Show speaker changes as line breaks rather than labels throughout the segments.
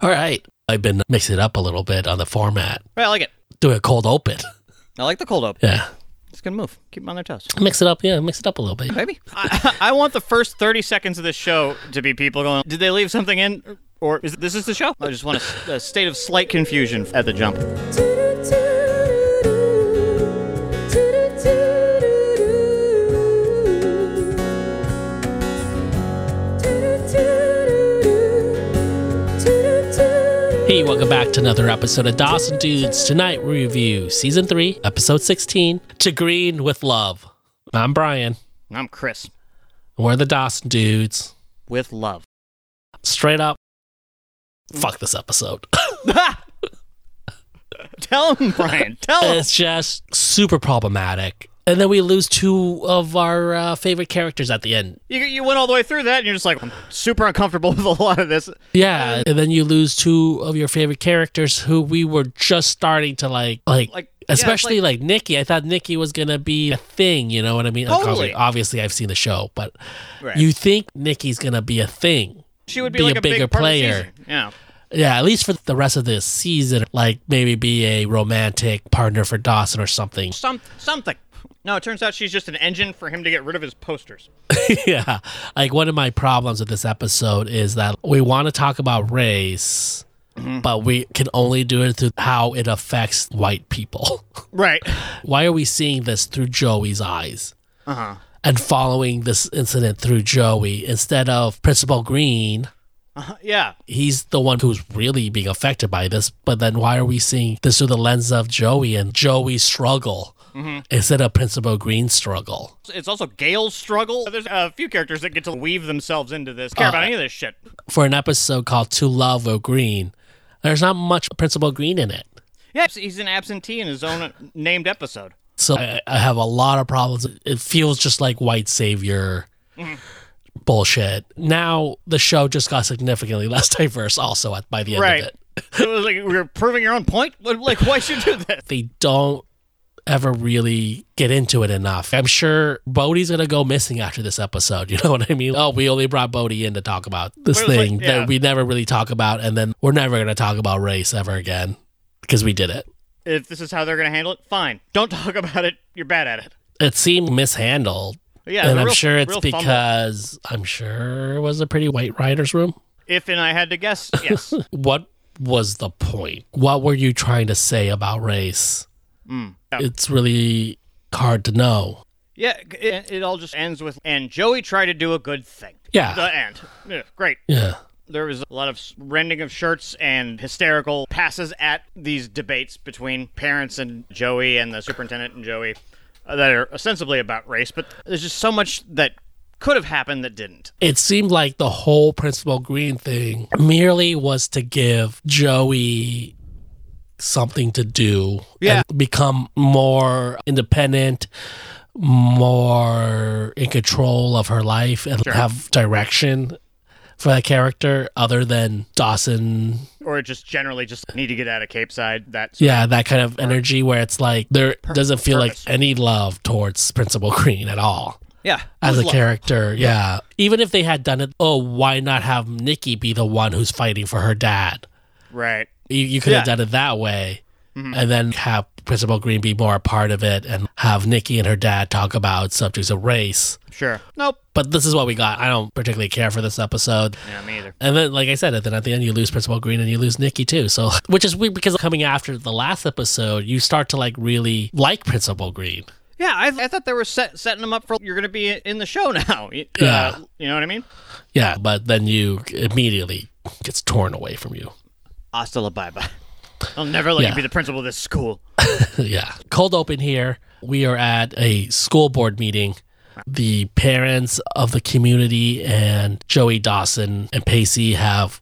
All right. I've been mixing it up a little bit on the format.
Right, I like it.
Doing a cold open.
I like the cold open.
Yeah.
It's a good move. Keep them on their toes.
Mix it up. Yeah. Mix it up a little bit.
Maybe. I, I want the first 30 seconds of this show to be people going, did they leave something in? Or is this is the show? I just want a s- a, state of slight confusion at the jump.
Hey, welcome back to another episode of Dawson Dudes. Tonight we review season three, episode 16, To Green with Love. I'm Brian.
And I'm Chris
We're the Dawson Dudes.
with love.
Straight up, fuck this episode.
Tell him, Brian. Tell him.
it's just super problematic. And then we lose two of our uh, favorite characters at the end.
You, you went all the way through that, and you're just like, I'm super uncomfortable with a lot of this.
Yeah, and then you lose two of your favorite characters who we were just starting to like, like,
Like, yeah, it's
especially like, Nikki. I thought Nikki was gonna be a thing. You know what I mean? Like,
Totally.
obvi- obviously, I've seen the show, but
Right.
you think Nikki's gonna be a thing?
she would be,
be
like
a
a, big
bigger
part of the
player.
season. yeah.
Yeah, at least for the rest of this season, like maybe be a romantic partner for Dawson or something.
Some, something. No, it turns out she's just an engine for him to get rid of his posters.
yeah. Like one of my problems with this episode is that we want to talk about race,
Mm-hmm.
but we can only do it through how it affects white people.
Right.
Why are we seeing this through Joey's eyes? And following this incident through Joey instead of Principal Green.
Yeah.
He's the one who's really being affected by this, but then why are we seeing this through the lens of Joey and Joey's struggle instead of Principal Green's struggle?
It's also Gail's struggle. There's a few characters that get to weave themselves into this.
Oh,
Care about any of this shit?
for an episode called To Love or Green, there's not much Principal Green in it.
Yeah, he's an absentee in his own named episode.
So I, I have a lot of problems. It feels just like white savior
Mm-hmm.
bullshit. Now the show just got significantly less diverse also at, by the end
Right.
of it.
So it was like we are proving your own point. What- Like, why should you do this?
They don't ever really get into it enough. I'm sure Bodie's gonna go missing after this episode. You know what I mean? Oh, we only brought Bodie in to talk about this
But it was like-
thing
yeah.
that we never really talk about and then we're never gonna talk about race ever again. Because we did it.
If this is how they're gonna handle it, fine. Don't talk about it. You're bad at it.
it seemed mishandled.
But yeah,
and
the
I'm
real-
sure it's
real fumble.
because I'm sure it was a pretty white writer's room.
If and I had to guess, yes.
What was the point? What were you trying to say about race?
Mm,
It's really hard to know.
yeah, it, it all just ends with and Joey tried to do a good thing.
Yeah.
The end. Yeah, great.
Yeah.
There was a lot of s- rending of shirts and hysterical passes at these debates between parents and Joey and the superintendent and Joey uh, that are ostensibly about race, but there's just so much that could have happened that didn't.
It seemed like the whole Principal Green thing merely was to give Joey something to do
Yeah.
and become more independent, more in control of her life and have direction for that character other than Dawson.
Or just generally just need to get out of Cape Side. That's
Yeah, that kind of energy where it's like there doesn't feel
purpose.
like any love towards Principal Green at all
yeah.
as a
Love.
character. Yeah. Even if they had done it, oh, why not have Nikki be the one who's fighting for her dad?
Right.
You, you could have
Yeah.
done it that way and then have Principal Green be more a part of it and have Nikki and her dad talk about subjects of race.
Sure. Nope.
But this is what we got. I don't particularly care for this episode.
Yeah, me either.
And then, like I said, then at the end you lose Principal Green and you lose Nikki too. So, which is weird because coming after the last episode, you start to like really like Principal Green.
Yeah, I, I thought they were set, setting them up for you're going to be in the show now. uh,
Yeah.
you know what I mean?
Yeah, but then you immediately gets torn away from you.
Hasta la bye bye. I'll never let
Yeah.
you be the principal of this school.
yeah. Cold open here. We are at a school board meeting. The parents of the community and Joey Dawson and Pacey have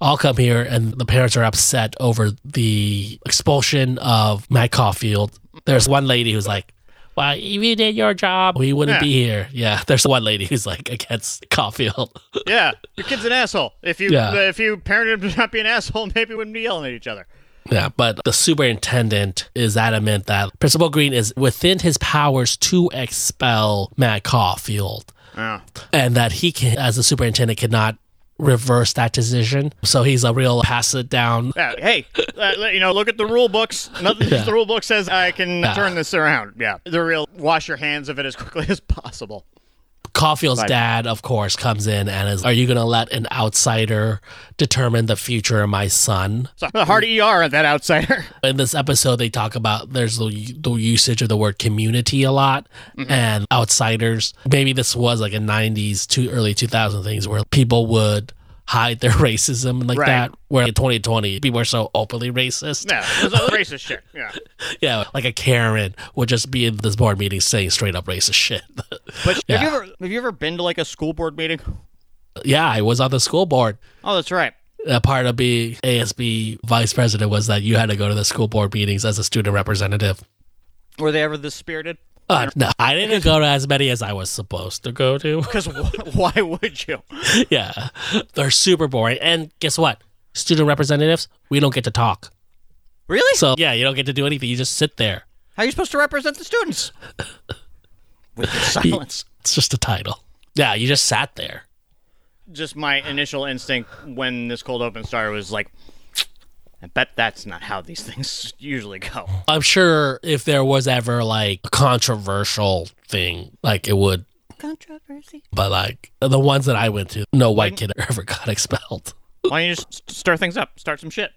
all come here, and the parents are upset over the expulsion of Matt Caulfield. There's one lady who's like, well, if you did your job, we wouldn't
Yeah.
be here. Yeah, there's one lady who's like against Caulfield.
Yeah, your kid's an asshole. If you
Yeah.
if you parented him to not be an asshole, maybe we wouldn't be yelling at each other.
Yeah, but the superintendent is adamant that Principal Green is within his powers to expel Matt Caulfield
Yeah.
and that he can, as the superintendent, cannot reverse that decision. So he's a real pass it down.
Yeah, hey, uh, let- you know, look at the rule books. Nothing
Yeah.
the rule book says I can turn this around. Yeah, the real wash your hands of it as quickly as possible.
Caulfield's dad, of course, comes in and is, Are you going to let an outsider determine the future of my son?
So a hard
Mm.
ER on that outsider.
in this episode they talk about there's the, the usage of the word community a lot
Mm-hmm.
and outsiders maybe this was like a 90s to early 2000 things where people would hide their racism like
Right.
that where in 2020 people are so openly racist
Yeah, it was all racist shit. Yeah,
yeah like a karen would just be in this board meeting saying straight up racist shit
but
Yeah.
have you ever have you ever been to like a school board meeting?
yeah i was on the school board
Oh, that's right.
a part of being asb vice president was that you had to go to the school board meetings as a student representative
Were they ever this spirited?
uh, no, I didn't go to as many as I was supposed to go to.
Because wh- why would you?
yeah, they're super boring. And guess what? Student representatives, we don't get to talk.
Really?
So yeah, you don't get to do anything. You just sit there.
How are you supposed to represent the students? With your silence.
It's just a title. Yeah, you just sat there.
Just my initial instinct when this cold open started was like, I bet that's not how these things usually go.
I'm sure if there was ever like a controversial thing, like it would.
Controversy.
But like the ones that I went to, no white kid ever got expelled.
Why don't you just s- stir things up? Start some shit.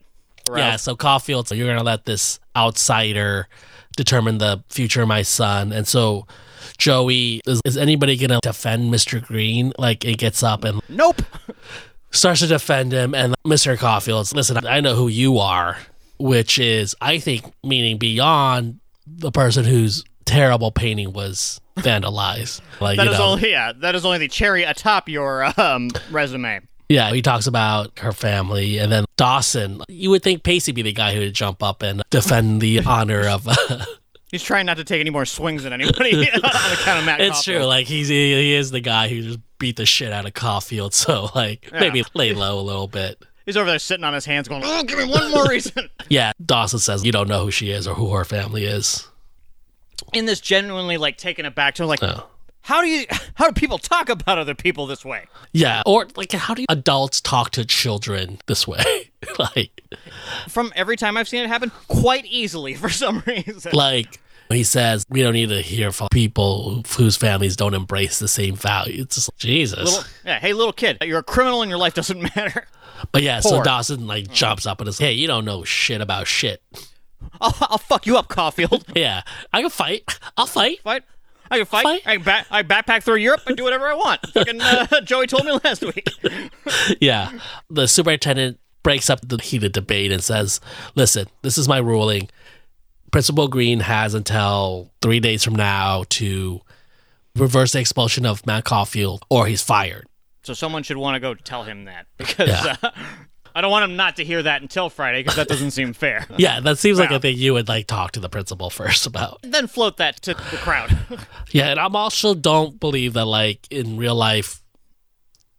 Or
Yeah,
else-
so Caulfield, so you're gonna let this outsider determine the future of my son, and so Joey is, is anybody gonna defend Mr. Green? Like it gets up and
Nope.
starts to defend him, and Mr. Caulfield, listen, I know who you are, which is I think meaning beyond the person whose terrible painting was vandalized. Like
That
you
is
know,
only yeah. That is only the cherry atop your um, resume.
Yeah, he talks about her family and then Dawson. You would think Pacey be the guy who would jump up and defend the honor of. uh,
He's trying not to take any more swings at anybody on account of Matt.
it's
Coughlin.
true. Like he's he, he is the guy who just beat the shit out of Caulfield. So like maybe lay low a little bit.
He's over there sitting on his hands, going, "Oh, give me one more reason."
Yeah, Dawson says you don't know who she is or who her family is.
In this genuinely like taken aback to like,
No.
how do you? How do people talk about other people this way?
Yeah, or like how do you adults talk to children this way? like
From every time I've seen it happen, quite easily for some reason.
like he says we don't need to hear from people whose families don't embrace the same value. It's just Jesus.
Little- yeah, hey, little kid, you're a criminal and your life doesn't matter.
but yeah, so
poor.
Dawson like jumps up and is hey, you don't know shit about shit.
I'll, I'll fuck you up, Caulfield.
Yeah, I can fight. I'll fight.
Fight. I can fight.
Fight.
I can back, I backpack through Europe and do whatever I want. Fucking uh, Joey told me last week.
Yeah. The superintendent breaks up the heated debate and says, listen, this is my ruling. Principal Green has until three days from now to reverse the expulsion of Matt Caulfield or he's fired.
So someone should want to go tell him that because uh, I don't want him not to hear that until Friday because that doesn't seem fair.
Yeah, that seems like
Wow.
a thing you would like talk to the principal first about.
Then float that to the crowd.
Yeah, and I'm also don't believe that like in real life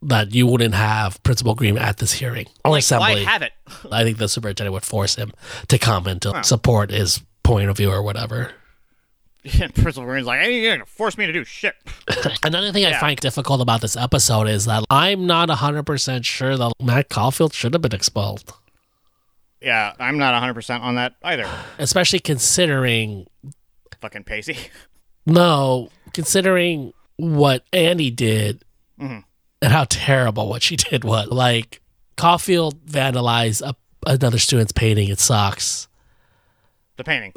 that you wouldn't have Principal Green at this hearing or
Why
assembly.
have it?
I think the superintendent would force him to come and to support his point of view or whatever.
And Principal Green's like, hey, you're gonna force me to do shit.
Another thing I find difficult about this episode is that I'm not 100% sure that Matt Caulfield should have been expelled,
Yeah, I'm not 100 percent on that either.
especially considering,
Fucking Pacey.
no, considering what Andy did and how terrible what she did was. Like, Caulfield vandalized a, another student's painting. It sucks.
The painting.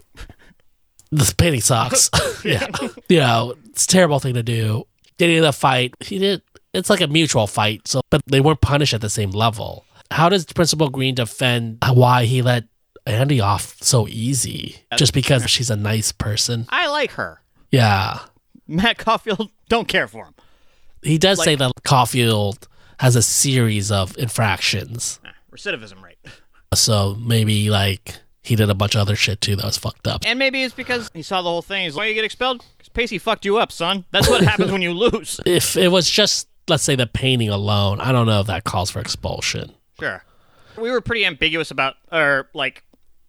This painting sucks. yeah. You know, it's a terrible thing to do. Getting in a fight, he did. It's like a mutual fight, so but they weren't punished at the same level. How does Principal Green defend why he let Andy off so easy just because she's a nice person?
I like her.
Yeah,
Matt Caulfield don't care for him.
he does say that Caulfield has a series of infractions,
Ah, Recidivism rate.
so maybe like he did a bunch of other shit too that was fucked up.
And maybe it's because he saw the whole thing. He's like, why you get expelled? Because Pacey fucked you up, son. That's what happens when you lose.
If it was just let's say the painting alone, I don't know if that calls for expulsion.
Sure. We were pretty ambiguous about, or like,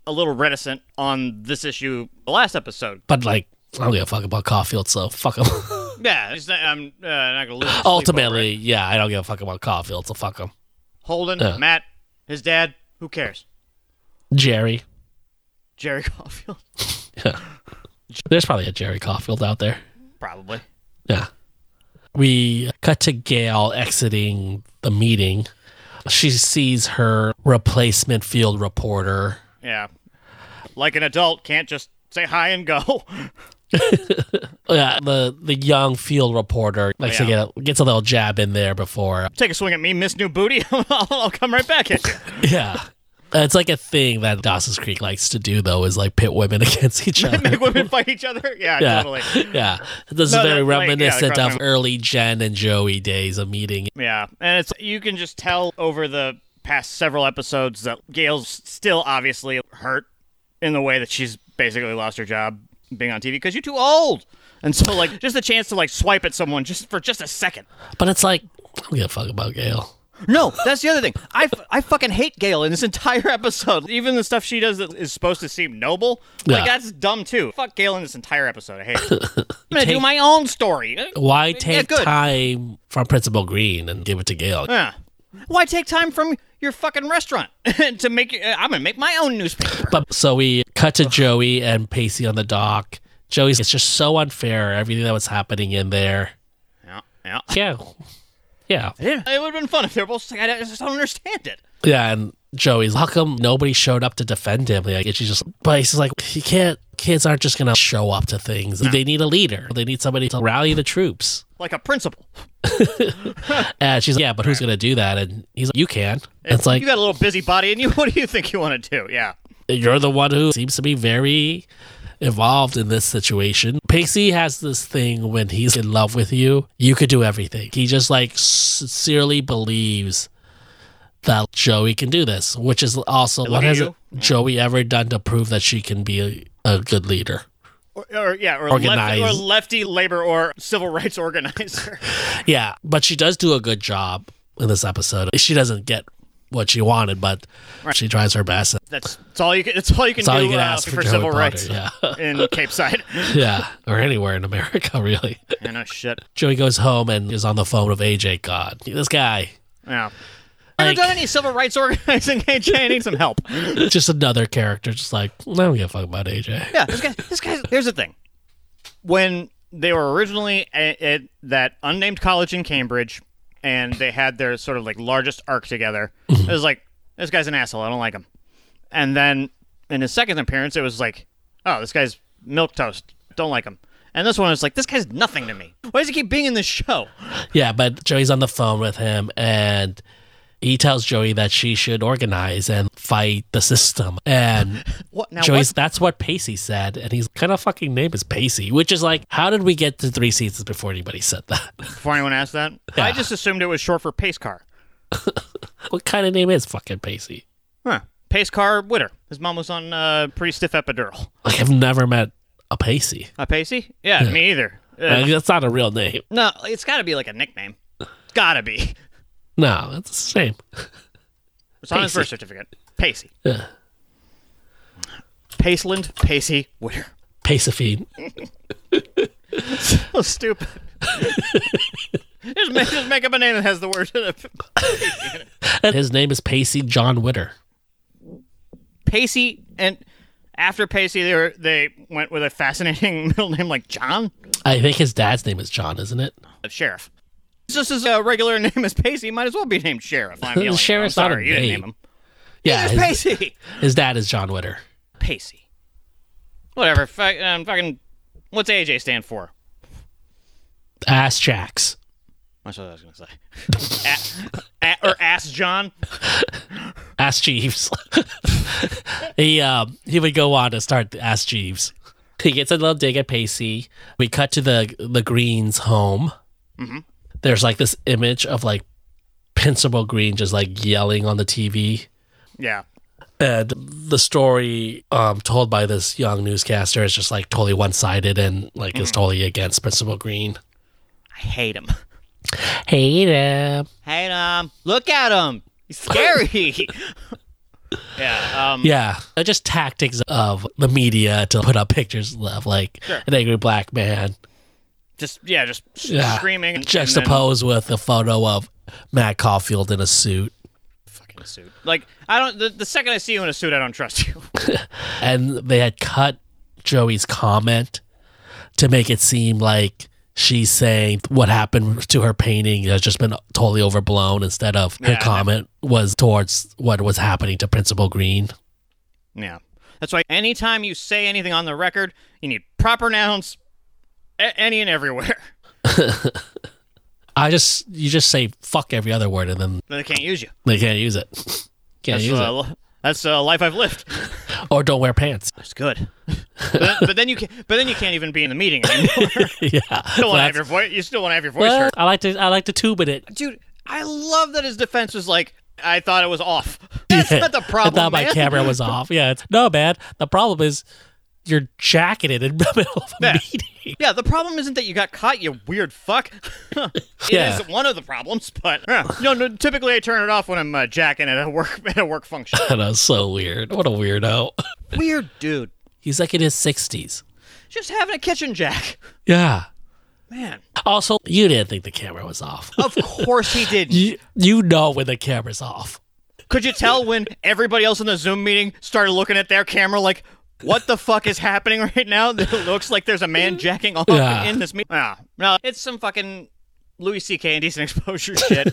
a little reticent on this issue the last episode.
But like, I don't give a fuck about Caulfield, so fuck him.
Yeah, it's not- I'm uh, not gonna lose. my sleep over it.
Ultimately, yeah, I don't give a fuck about Caulfield, so fuck him.
Holden,
Yeah.
Matt, his dad. Who cares?
Jerry.
Jerry Caulfield,
There's probably a Jerry Caulfield out there.
probably.
Yeah. We cut to Gail exiting the meeting. She sees her replacement field reporter.
Yeah, like an adult can't just say hi and go.
Yeah, the, the young field reporter likes to
Oh, Yeah.
get a, gets a little jab in there before.
Take a swing at me, Miss New Booty. I'll, I'll come right back at you.
Yeah. It's like a thing that Dawson's Creek likes to do, though, is like pit women against each other.
Make women fight each other. Yeah,
Yeah.
totally.
Yeah. This
No,
is very
no, like, yeah,
reminiscent
across
of
my-
early Jen and Joey days of meeting.
Yeah, and it's you can just tell over the past several episodes that Gail's still obviously hurt in the way that she's basically lost her job being on TV because you're too old. And so, like, just a chance to like swipe at someone just for just a second.
But it's like, I don't give a fuck about Gail.
No, that's the other thing. I, f- I fucking hate Gail in this entire episode. Even the stuff she does that is supposed to seem noble,
Yeah.
like that's dumb too. Fuck Gail in this entire episode. I hate. Her. I'm gonna do
Take-
my own story.
Why take
good.
time from Principal Green and give it to Gail?
Yeah. Why take time from your fucking restaurant to make? your- I'm gonna make my own newspaper.
But so we cut to Joey and Pacey on the dock. Joey's it's just so unfair everything that was happening in there.
Yeah, yeah.
Yeah. Yeah.
It would have been fun if they were both just like, I just don't understand it.
Yeah, and Joey's how come nobody showed up to defend him? Like and she's just Pacey's like you can't kids aren't just gonna show up to things. They need a leader. They need somebody to rally the troops.
Like a principal.
And she's like, Yeah, but who's gonna do that? And he's like, You can. It's like
you got a little busybody in you. What do you think you want to do? Yeah.
you're the one who seems to be very involved in this situation. Pixie has this thing when he's in love with you, you could do everything. He just like sincerely believes that Joey can do this, which is also what
at
has
you.
Joey ever done to prove that she can be a, a good leader?
Or, or yeah, or, lefty,
Organize.
or lefty labor or civil rights organizer.
Yeah, but she does do a good job in this episode. She doesn't get what she wanted, but she tries her best.
That's, that's all you can. That's all you can
That's all
do
you can
uh,
ask for,
for
Joey
civil
Potter,
rights
yeah.
in Cape Side.
Yeah, or anywhere in America, really.
yeah, no shit.
Joey goes home and is on the phone with AJ. God, this guy,
Yeah. I
Like-
haven't done any civil rights organizing. AJ, I need some help.
just another character, just like I don't give a fuck about AJ.
Yeah, this guy. This guy. Here's the thing. When they were originally at, at that unnamed college in Cambridge, and they had their sort of like largest arc together, it was like this guy's an asshole. I don't like him. And then in his second appearance, it was like, oh, this guy's milk toast. Don't like him. And this one was like, this guy's nothing to me. Why does he keep being in this show?
Yeah, but Joey's on the phone with him, and he tells Joey that she should organize and fight the system. And
What now?
Joey's
What?
that's what Pacey said, and he's kind of fucking name is Pacey, which is like, how did we get to three seasons before anybody said that?
Before anyone asked that, I
Yeah.
just assumed it was short for pace car.
what kind of name is fucking Pacey?
Huh. Pace car Witter. His mom was on uh, pretty stiff epidural.
Like I've never met a Pacey.
A Pacey? Yeah, me either. Uh,
Like, that's not a real name.
No, it's got to be like a nickname. It's got to be.
No, that's a shame.
It's on his
Pacey.
birth certificate. Pacey.
Yeah.
Paceland, Pacey, Witter.
Pacifine.
So Oh, stupid. just, make, just make up a name that has the word in it.
And his name is Pacey John Witter.
Pacey, and after Pacey, they, were, they went with a fascinating middle name like John?
I think his dad's name is John, isn't it?
Uh, Sheriff. Just his uh, regular name is Pacey, might as well be named Sheriff. I'm yelling.
Sheriff's
I'm
not a
sorry, you didn't
name.
name him.
Yeah,
There's
his,
Pacey.
his dad is John Witter.
Pacey. Whatever. Fuck, um, fucking. What's AJ stand for?
Ass Jacks.
That's what I was gonna say. a, a, or ask John.
Ass Jeeves. he um he would go on to start the Ass Jeeves. He gets a little dig at Pacey. We cut to the the Green's home. There's like this image of like Principal Green just like yelling on the TV.
Yeah.
And the story um, told by this young newscaster is just like totally one sided and like is totally against Principal Green.
I hate him.
Hate him.
Hate him. Look at him. He's scary. yeah. Um.
Yeah, Uh, just tactics of the media to put up pictures of like
Sure.
an angry black man
Just yeah. Just s-
Yeah.
screaming. and- and then-
juxtaposed with a photo of Matt Caulfield in a suit.
fucking suit. Like I don't. The, the second I see you in a suit, I don't trust you.
and they had cut Joey's comment to make it seem like she's saying what happened to her painting has just been totally overblown instead of her
Yeah.
comment was towards what was happening to Principal Green.
Yeah. That's why anytime you say anything on the record, you need proper nouns, a- any and everywhere.
I just you just say fuck every other word and then
Then they can't use you.
they can't use it. can't
That's,
use
uh, li- that's uh, life I've lived.
it. Or don't wear pants.
That's good. but, then, but then you can, but then you can't even be in the meeting anymore. you
yeah.
still want to
That's-
have your voice. You still want to have your voice
Well,
heard,
I like to I like to tube in it.
dude. I love that his defense was like, "I thought it was off." That's not the problem.
I thought my
man.
camera was off. Yeah, it's, no, man. The problem is you're jacketed in the middle of a
Yeah.
meeting.
Yeah, the problem isn't that you got caught, you weird fuck. It is
Yeah.
one of the problems, but yeah. no, no. Typically, I turn it off when I'm uh, jacking at a work at a work function.
That was so weird. What a weirdo.
weird dude.
He's like in his sixties.
Just having a kitchen jack.
Yeah.
Man.
Also, you didn't think the camera was off.
Of course he did.
you, you know when the camera's off.
Could you tell when everybody else in the Zoom meeting started looking at their camera like, what the fuck is happening right now? It looks like there's a man jacking off
Yeah.
in this meeting. Ah, no, it's some fucking Louis C.K. indecent exposure shit.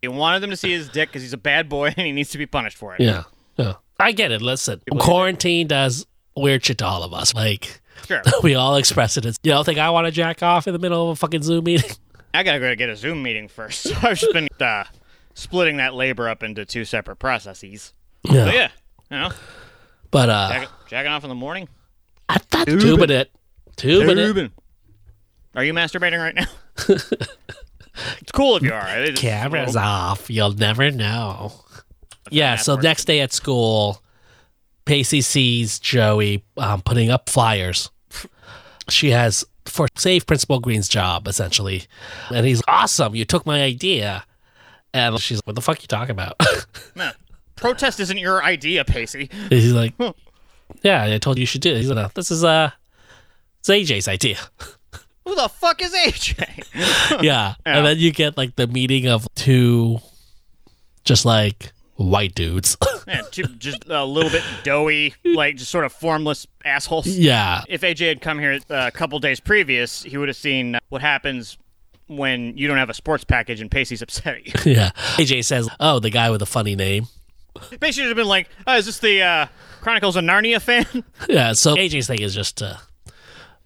he wanted them to see his dick because he's a bad boy and he needs to be punished for it.
Yeah. Yeah. I get it. Listen, quarantine does weird shit to all of us. Like
Sure.
we all express it. As, you don't think I want to jack off in the middle of a fucking Zoom meeting?
I gotta go get a Zoom meeting first. So I've just been uh, splitting that labor up into two separate processes. But
Yeah.
yeah, you know,
But uh,
jack- jacking off in the morning.
I thought tubing it, tubing it.
Are you masturbating right now? it's cool if you are. It is-
camera's off. You'll never know. Yeah. So
password.
next day at school, Pacey sees Joey um, putting up flyers. She has for save Principal Green's job essentially, and he's awesome. You took my idea, and she's like, "What the fuck you talking about?"
Nah. Protest isn't your idea, Pacey.
And he's like, "Yeah, I told you you should do it." He's like, "This is uh, it's AJ's idea."
Who the fuck is
yeah.
AJ? Yeah.
And then you get like the meeting of two, just like white dudes.
yeah, two, just a little bit doughy, like just sort of formless assholes.
yeah.
If AJ had come here uh, a couple days previous, he would have seen what happens when you don't have a sports package and Pacey's upset at you.
Yeah. AJ says, Oh, the guy with a funny name.
Pacey would have been like, oh, is this the uh, Chronicles of Narnia fan?
Yeah. So AJ's thing is just to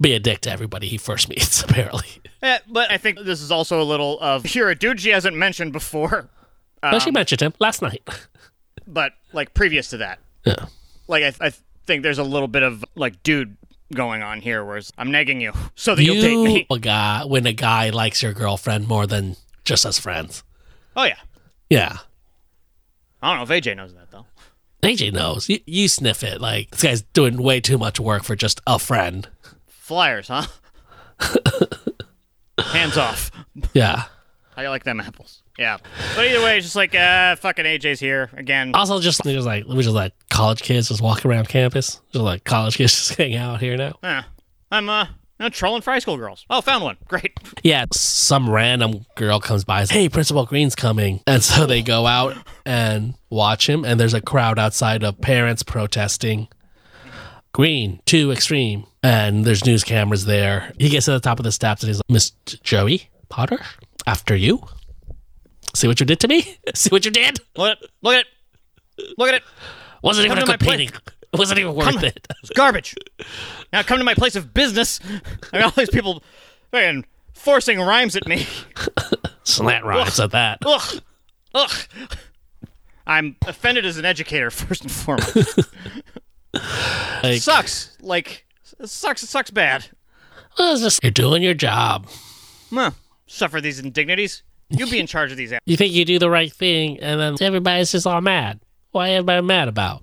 be a dick to everybody he first meets, apparently.
Eh, but I think this is also a little of you're a dude she hasn't mentioned before,
but she mentioned him last night.
but like previous to that,
Yeah.
like I, th- I th- think there's a little bit of like dude going on here, whereas I'm negging you so that you, will date
You
me.
a guy when a guy likes your girlfriend more than just as friends.
Oh yeah,
Yeah.
I don't know if AJ knows that though.
AJ knows. You, you sniff it. Like, this guy's doing way too much work for just a friend.
Flyers, huh? Hands off.
Yeah.
I like them apples. Yeah, but either way, it's just like uh, fucking AJ's here again.
Also, just, just like, we just like college kids just walk around campus. Just like college kids just hang out here now.
Eh, I'm uh, I'm trolling fry school girls. Oh, found one. Great.
Yeah, some random girl comes by and says, Hey, Principal Green's coming. And so they go out and watch him, and there's a crowd outside of parents protesting. Green, too extreme. And there's news cameras there. He gets to the top of the steps and he's like, Miss Joey Potter, after you. See what you did to me? See what you did?
Look at it. Look at it. Look at it.
Wasn't even
to
a good
my place.
painting. It wasn't even worth it.
It's garbage. now come to my place of business. I got all these people fucking forcing rhymes at me.
Slant rhymes at that.
Ugh. Ugh. I'm offended as an educator, first and foremost.
Like-
sucks. Like, it sucks. It sucks bad.
Well, it's just, you're doing your job.
Huh. Suffer these indignities. You be in charge of these. a-
you think you do the right thing and then everybody's just all mad. Why everybody mad about?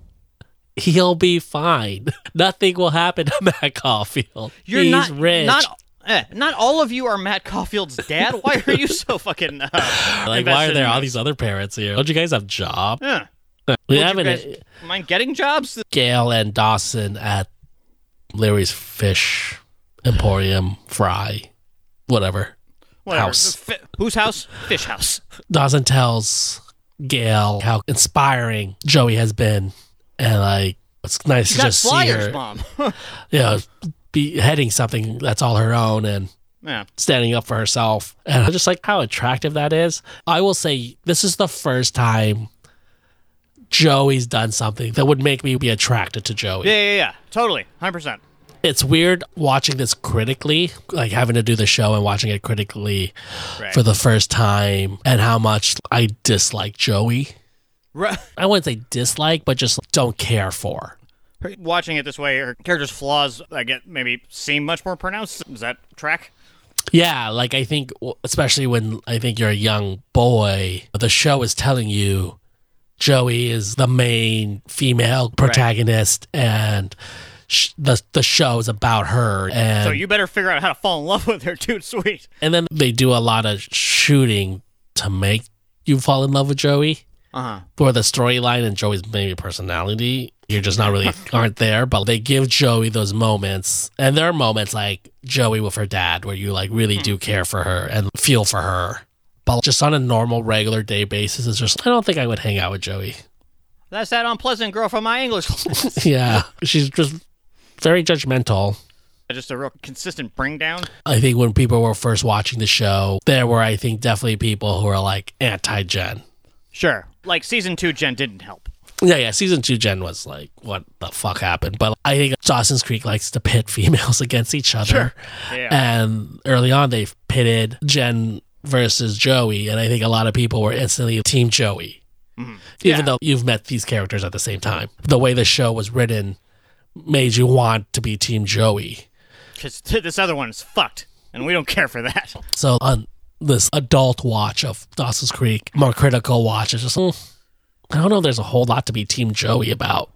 He'll be fine. Nothing will happen to Matt Caulfield.
You're
He's
not
rich.
Not, eh, not all of you are Matt Caulfield's dad. Why are you so fucking? Uh,
like, why are
invested
there
in
all
this?
these other parents here? Don't you guys have jobs?
Huh.
We
Would
have
you
an
guys mind getting jobs?
Gail and Dawson at Larry's Fish Emporium Fry, whatever.
Whatever.
House.
Fi- whose house? Fish house.
Dawson tells Gail how inspiring Joey has been, and like it's nice
She
to
got
just see
flyers,
her,
mom.
you know, be heading something that's all her own and
yeah.
standing up for herself and I just like how attractive that is. I will say this is the first time Joey's done something that would make me be attracted to Joey.
Yeah, yeah, yeah. Totally. 100%.
It's weird watching this critically, like having to do the show and watching it critically
Right.
for the first time and how much I dislike Joey.
Right.
I wouldn't say dislike, but just don't care for.
Her- Watching it this way, her character's flaws, I get maybe seem much more pronounced. Does that track?
Yeah, like I think, especially when I think you're a young boy, the show is telling you Joey is the main female protagonist, and sh- the the show is about her. And
So you better figure out how to fall in love with her, dude. Sweet.
and then they do a lot of shooting to make you fall in love with Joey,
Uh huh.
for the storyline and Joey's maybe personality. You're just not really aren't there, but they give Joey those moments, and there are moments like Joey with her dad where you like really do care for her and feel for her. But just on a normal, regular day basis, it's just I don't think I would hang out with Joey.
That's that unpleasant girl from my English. class.
yeah, she's just very judgmental.
Just a real consistent bring down.
I think when people were first watching the show, there were I think definitely people who are like anti Jen.
Sure. Like season two, Jen didn't help.
Yeah, yeah. Season two, Jen was like, "What the fuck happened?" But I think Dawson's Creek likes to pit females against each other,
Yeah.
Uh, and early on they pitted Jen versus Joey, and I think a lot of people were instantly Team Joey, even
Yeah.
though you've met these characters at the same time. The way the show was written made you want to be Team Joey.
Because this other one is fucked, and we don't care for that.
So on this adult watch of Dawson's Creek, more critical watch, it's just "Hmm, I don't know. if There's a whole lot to be Team Joey about.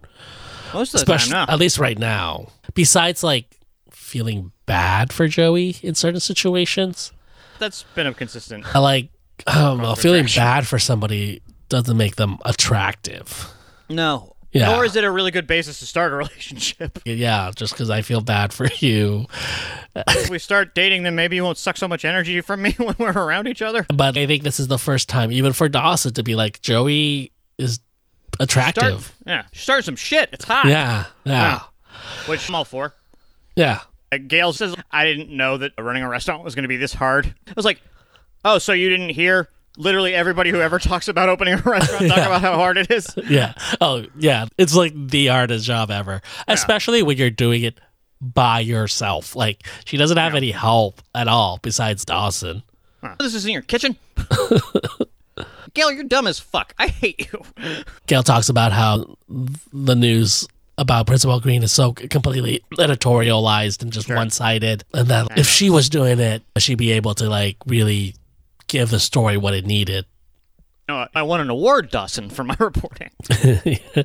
Most of the
especially uh,
time, no.
at least right now. Besides, like feeling bad for Joey in certain situations,
That's been a consistent.
I like I don't know, feeling bad for somebody doesn't make them attractive.
No.
Yeah.
Nor is it a really good basis to start a relationship.
Yeah, just because I feel bad for you,
if we start dating, then maybe you won't suck so much energy from me when we're around each other.
but I think this is the first time, even for Dawson, to be like Joey is attractive.
Start, yeah. Start some shit. It's hot.
Yeah, yeah,
Which I'm all for.
yeah.
Uh, Gail says, I didn't know that running a restaurant was going to be this hard. I was like, oh, so you didn't hear literally everybody who ever talks about opening a restaurant talk about how hard it is?
Yeah. Oh, yeah. It's like the hardest job ever, especially when you're doing it by yourself. Like, she doesn't have any help at all besides Dawson.
Huh. This is in your kitchen? Gail, you're dumb as fuck. I hate you.
Gail talks about how the news about Principal Green is so completely editorialized and just one sided, and that if she was doing it, she'd be able to, like, really give the story what it needed.
No, I won an award, Dawson, for my reporting.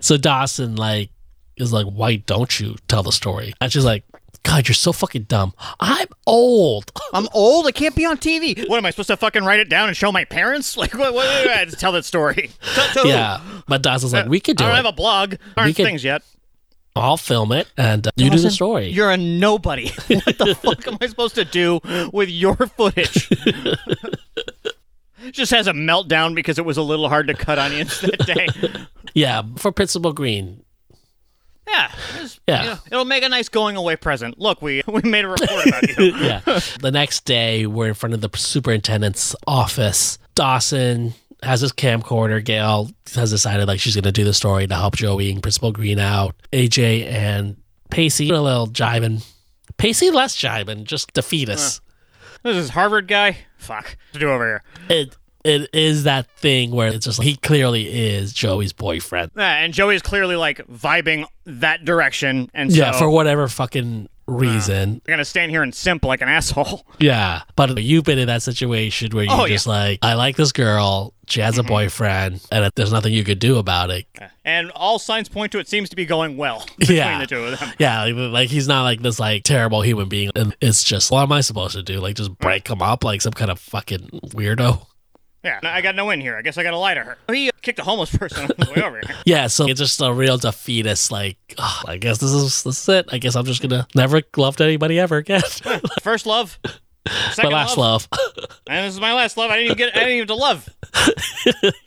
so Dawson like is like, why don't you tell the story? And she's like, God, you're so fucking dumb. I'm old.
I'm old. I can't be on TV. What am I supposed to fucking write it down and show my parents? Like, what? what, what, what- tell that story. To- to-
yeah, but Dawson's like, we could do
I don't
it.
have a blog. Aren't
could-
things yet?
I'll film it, and uh, you do the story.
You're a nobody. What the fuck am I supposed to do with your footage? Just has a meltdown because it was a little hard to cut onions that day.
yeah, for Principal Green.
Yeah, it's-
Yeah.
you know, it'll make a nice going away present. Look, we we made a report about you.
Yeah. the next day, we're in front of the superintendent's office. Dawson has his camcorder. Gail has decided like she's going to do the story to help Joey and Principal Green out. AJ and Pacey a little jibing. Pacey less jibing, just defeatist.
This is Harvard guy. Fuck, what to do over here.
it it is that thing where it's just like, he clearly is Joey's boyfriend.
Yeah, and Joey's clearly like vibing that direction, and so
Yeah, for whatever fucking reason.
I'm gonna stand here and simp like an asshole.
Yeah, but you've been in that situation where you're
Oh, yeah. Mm-hmm.
just like, I like this girl. She has a boyfriend, and if there's nothing you could do about it.
And all signs point to it seems to be going well between
Yeah.
the two of them.
Yeah, like, like he's not like this like terrible human being, and it's just what am I supposed to do? Like just break him up like some kind of fucking weirdo.
Yeah, and I got no win here. I guess I gotta lie to her. He uh, kicked a homeless person on the way over here.
Yeah, so it's just a real defeatist. Like "Ugh, I guess this is this is it. I guess I'm just gonna never love anybody ever again.
First love, second
My last
love,
love.
and this is my last love. I didn't even get. I didn't even get to love.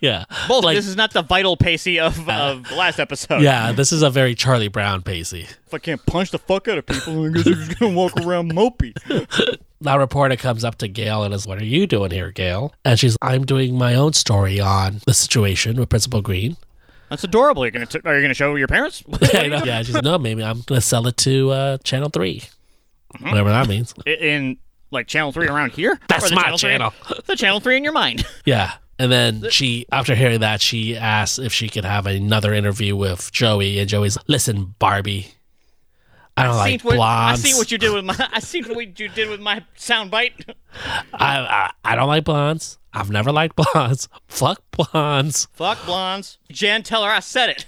yeah.
Both,
Like-
this is not the vital Pacey of, of last episode.
Yeah, this is a very Charlie Brown Pacey.
If I can't punch the fuck out of people, I guess they're just gonna walk around mopey.
That reporter comes up to Gail and is, What are you doing here, Gail? And she's, I'm doing my own story on the situation with Principal Green.
That's adorable. You're gonna t- are you gonna show your parents?
I know. uh, Yeah, she's, No, maybe I'm going to sell it to uh, Channel 3.
Mm-hmm.
Whatever that means.
I- in like channel three around here?
That's
Or the
my
three-
channel.
the channel three in your mind.
Yeah. And then she, after hearing that, she asks if she could have another interview with Joey. And Joey's, listen, Barbie, I don't like
Seen what, I
blondes.
see what you did with my I see what you did with my soundbite.
I, I, I don't like blondes. I've never liked blondes. Fuck blondes.
Fuck blondes. Jen, tell her I said it.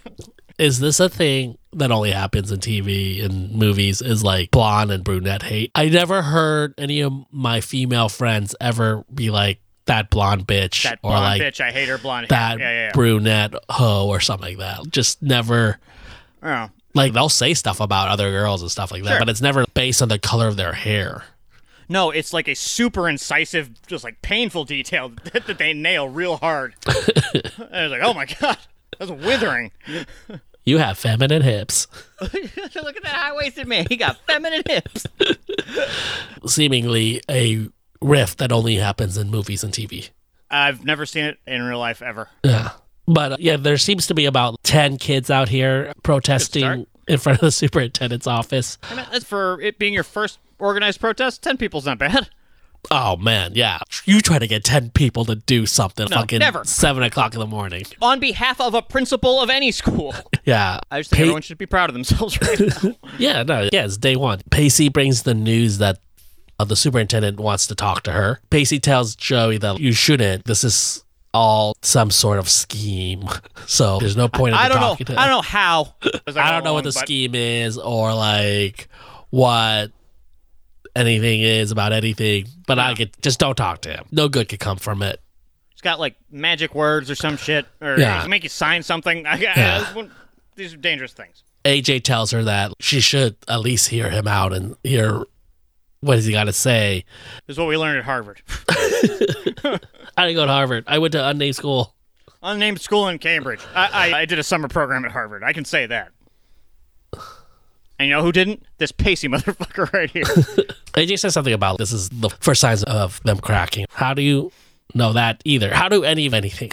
Is this a thing that only happens in TV and movies? Is like blonde and brunette hate? I never heard any of my female friends ever be like that blonde bitch
That
or
blonde
like
bitch. I hate her blonde hair.
that
Yeah, yeah, yeah.
brunette hoe or something like that. Just never.
Oh.
Like they'll say stuff about other girls and stuff like that,
Sure.
but it's never based on the color of their hair.
No, it's like a super incisive, just like painful detail that, that they nail real hard. and it's like, oh my god, that's withering.
You have feminine hips.
Look at that high-waisted man. He got feminine hips.
Seemingly a rift that only happens in movies and TV.
I've never seen it in real life ever.
Yeah. But uh, yeah, there seems to be about 10 kids out here protesting
start.
in front of the superintendent's office.
I mean, that's for it being your first organized protest. Ten people's not bad.
Oh, man. Yeah. You try to get 10 people to do something fucking
never.
7 o'clock in the morning.
On behalf of a principal of any school,
Yeah.
I just think
Pa-
everyone should be proud of themselves. Right now.
Yeah, no. Yeah, it's day one. Pacey brings the news that uh, the superintendent wants to talk to her. Pacey tells Joey that you shouldn't. This is all some sort of scheme. So there's no point in
I don't know.
talking to
I don't know how.
I don't know what the
But
scheme is or like what anything is about anything, but I could just don't talk to him. No good could come from it.
It's got like magic words or some shit, or
Yeah.
make you sign something. I, I-
Yeah.
this one- these are dangerous things.
AJ tells her that she should at least hear him out and hear what has he got to say.
This is what we learned at Harvard,
I didn't go to Harvard. I went to unnamed school.
unnamed school in Cambridge. I, I, I did a summer program at Harvard. I can say that. And you know who didn't? This pacey motherfucker right here.
AJ says something about this is the first signs of them cracking. How do you know that either? How do any of anything?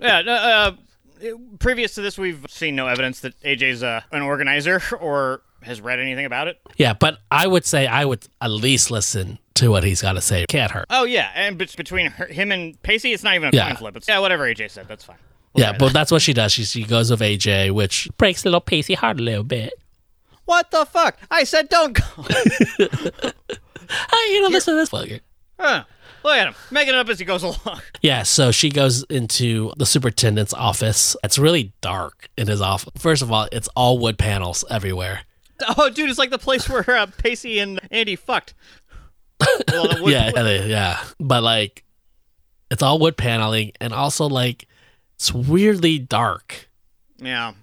Yeah. no, Uh, it- previous to this, we've seen no evidence that AJ's uh, an organizer or has read anything about it.
Yeah, but I would say I would at least listen to what he's got to say. Can't hurt.
Oh yeah, and bet- between her, him and Pacey, it's not even a
Yeah.
coin flip. It's, yeah, whatever AJ said, that's fine.
Yeah, but that's what she does. She, she goes with AJ, which breaks little Pacey heart a little bit.
What the fuck? I said don't go.
Hey, you know, listen to this fucker.
Huh. Look at him making it up as he goes along.
Yeah, so she goes into the superintendent's office. It's really dark in his office. First of all, it's all wood panels everywhere.
Oh, dude, it's like the place where uh, Pacey and Andy fucked. Well, that would-
yeah, yeah, they- yeah. But like, it's all wood paneling, and also like, it's weirdly dark.
yeah.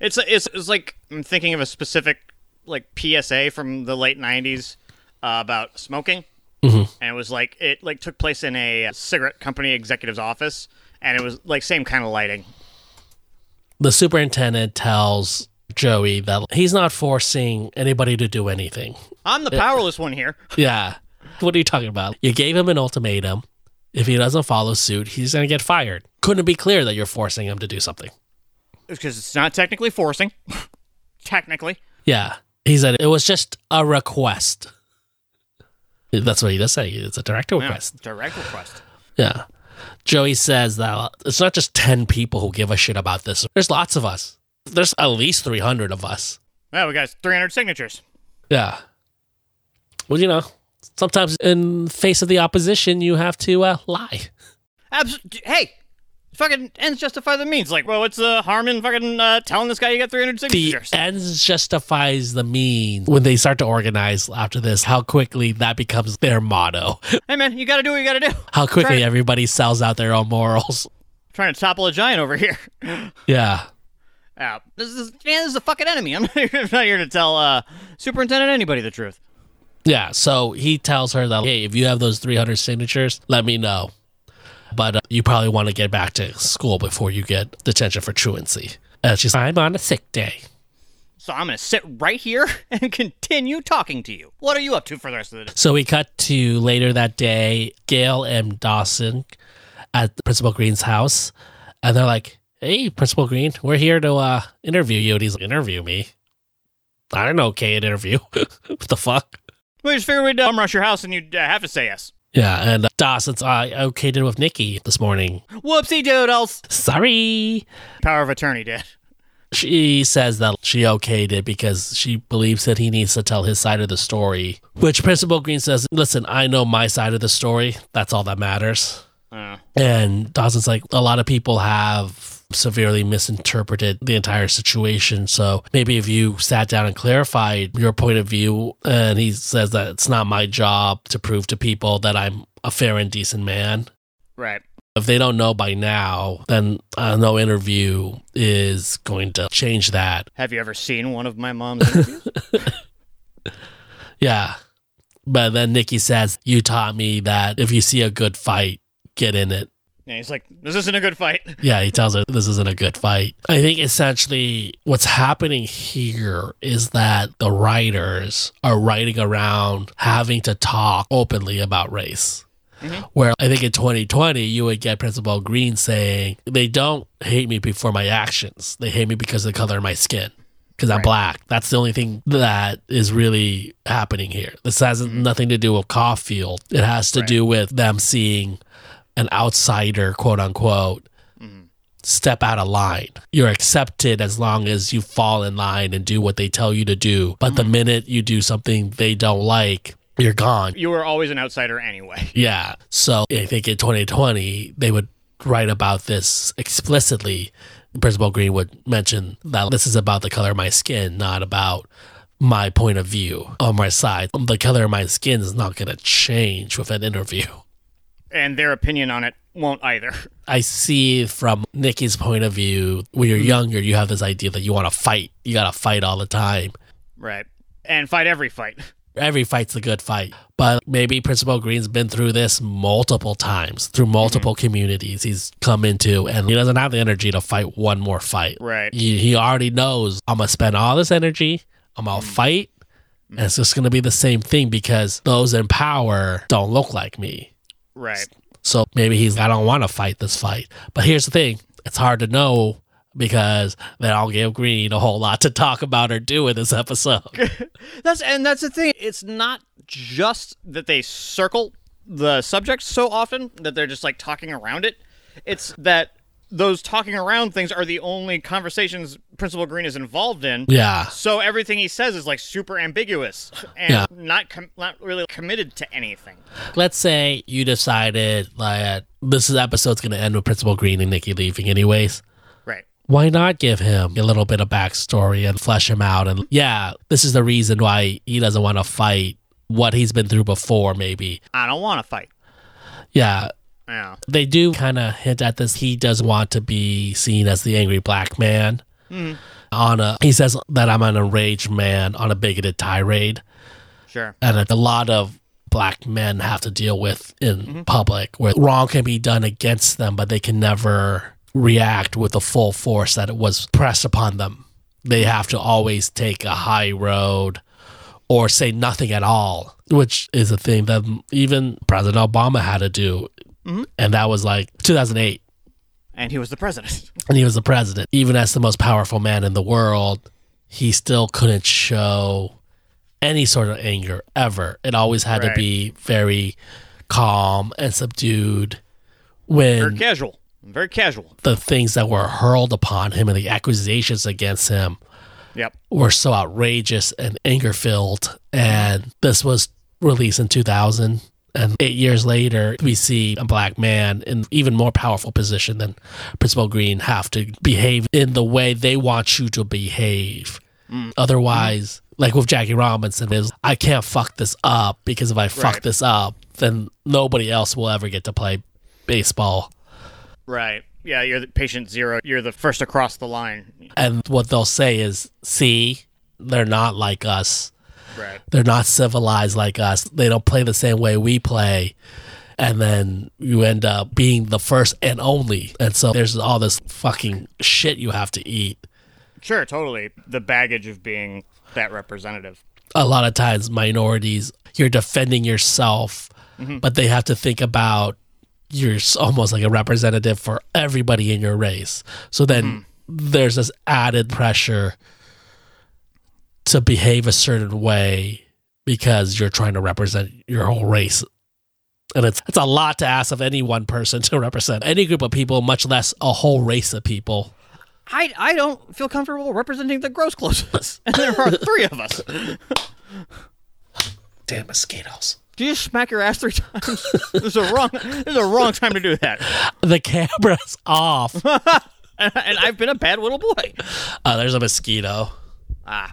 It's it's it's like I'm thinking of a specific like PSA from the late '90s uh, about smoking,
Mm-hmm.
and it was like it like took place in a cigarette company executive's office, and it was like same kind of lighting.
The superintendent tells Joey that he's not forcing anybody to do anything.
I'm the powerless one here.
Yeah. What are you talking about? You gave him an ultimatum. If he doesn't follow suit, he's going to get fired. Couldn't it be clear that you're forcing him to do something?
because it's not technically forcing. technically,
Yeah. He said it was just a request. That's what he does say. It's a direct
Yeah,
request.
direct request.
Yeah. Joey says that it's not just 10 people who give a shit about this. There's lots of us. There's at least 300 of us.
Well, we got 300 signatures.
Yeah. Well, you know, sometimes in face of the opposition, you have to uh, lie.
Abs- hey, fucking ends justify the means. Like, well, what's the harm in fucking uh, telling this guy you got 300
the
signatures?
ends justifies the means when they start to organize after this how quickly that becomes their motto
hey, man, you got to do what you got to do.
how quickly
Right.
everybody sells out their own morals
Trying to topple a giant over here.
yeah
Uh, this is man, this is the fucking enemy. I'm not, I'm not here to tell uh, superintendent anybody the truth.
yeah so he tells her that hey if you have those 300 signatures let me know but uh, you probably want to get back to school before you get detention for truancy. And she's, I'm on a sick day.
So I'm going to sit right here and continue talking to you. What are you up to for the rest of the day?
So we cut to later that day, Gail and Dawson at Principal Green's house, and they're like, "Hey, Principal Green, we're here to uh, interview you." And he's like, "Interview me? I don't know, okay, an interview. what the fuck?"
We just figured we'd uh, bum rush your house and you'd uh, have to say yes.
Yeah, and uh, Dawson's uh, okay did with Nikki this morning.
Whoopsie doodles.
Sorry,
Power of attorney did.
she says that she okayed it because she believes that he needs to tell his side of the story. Which Principal Green says, "Listen, I know my side of the story. That's all that matters."
Uh,
And Dawson's like, a lot of people have severely misinterpreted the entire situation. So maybe if you sat down and clarified your point of view, and he says that it's not my job to prove to people that I'm a fair and decent man.
right.
If they don't know by now, then uh, no interview is going to change that.
Have you ever seen one of my mom's interviews?
Yeah. But then Nikki says, You taught me that if you see a good fight, get in it.
and he's like, this isn't a good fight.
Yeah, he tells her this isn't a good fight. I think essentially what's happening here is that the writers are writing around having to talk openly about race.
Mhm.
Where I think in 2020, you would get Principal Green saying, They don't hate me for my actions. They hate me because of the color of my skin, because I'm
Right.
black. That's the only thing that is really happening here. This has nothing to do with Caulfield. It has to
Mm-hmm. Right.
do with them seeing an outsider, quote unquote,
Mm-hmm.
step out of line. You're accepted as long as you fall in line and do what they tell you to do. But the
Mm-hmm.
minute you do something they don't like, you're gone.
You were always an outsider anyway.
Yeah. So I think in 2020, they would write about this explicitly. Principal Green would mention that this is about the color of my skin, not about my point of view on my side. The color of my skin is not going to change with an interview.
And their opinion on it won't either.
I see from Nikki's point of view, when you're younger, you have this idea that you want to fight. You got to fight all the time.
Right. And fight every fight.
Every fight's a good fight. But maybe Principal Green's been through this multiple times, through multiple communities he's come into, and he doesn't have the energy to fight one more fight.
Right.
He, he already knows I'm going to spend all this energy, I'm going to fight, and it's just going to be the same thing because those in power don't look like me.
Right.
So maybe he's, I don't want to fight this fight. But here's the thing it's hard to know because they don't give Green a whole lot to talk about or do in this episode.
That's and that's the thing. It's not just that they circle the subject so often that they're just like talking around it. It's that those talking around things are the only conversations Principal Green is involved in.
yeah.
So everything he says is like super ambiguous and
Yeah.
not com- not really committed to anything.
Let's say you decided that this is- episode's going to end with Principal Green and Nikki leaving, anyways.
Right.
Why not give him a little bit of backstory and flesh him out? And yeah, this is the reason why he doesn't want to fight what he's been through before, maybe.
I don't want to fight.
Yeah,
Yeah.
they do kind of hint at this. He does want to be seen as the angry black man. On a, he says that I'm an enraged man on a bigoted tirade,
Sure.
and that a lot of black men have to deal with in public, where wrong can be done against them, but they can never react with the full force that it was pressed upon them. They have to always take a high road or say nothing at all, which is a thing that even President Obama had to do. And that was like 2008.
And he was the president.
And he was the president. Even as the most powerful man in the world, he still couldn't show any sort of anger ever. It always had to
Right.
be very calm and subdued when
Very casual. Very casual.
the things that were hurled upon him and the accusations against him
Yep.
were so outrageous and anger filled. And this was released in 2000. And eight years later, we see a black man in even more powerful position than Principal Green have to behave in the way they want you to behave. Otherwise, like with Jackie Robinson, is I can't fuck this up because if I fuck
Right.
this up, then nobody else will ever get to play baseball.
Right. Yeah, you're the patient zero. You're the first across the line.
And what they'll say is, see, they're not like us.
Right.
They're not civilized like us. They don't play the same way we play. and then you end up being the first and only. And so there's all this fucking shit you have to eat.
Sure, totally. The baggage of being that representative.
A lot of times, minorities, you're defending yourself, but they have to think about you're s- almost like a representative for everybody in your race. So then there's this added pressure to behave a certain way because you're trying to represent your whole race. And it's it's a lot to ask of any one person to represent any group of people, much less a whole race of people.
I, I don't feel comfortable representing the gross closest. and there are three of us.
Damn mosquitoes.
Do you just smack your ass three times? There's a wrong there's a wrong time to do that.
The camera's off.
And I've been a bad little boy.
Uh, there's a mosquito.
Ah.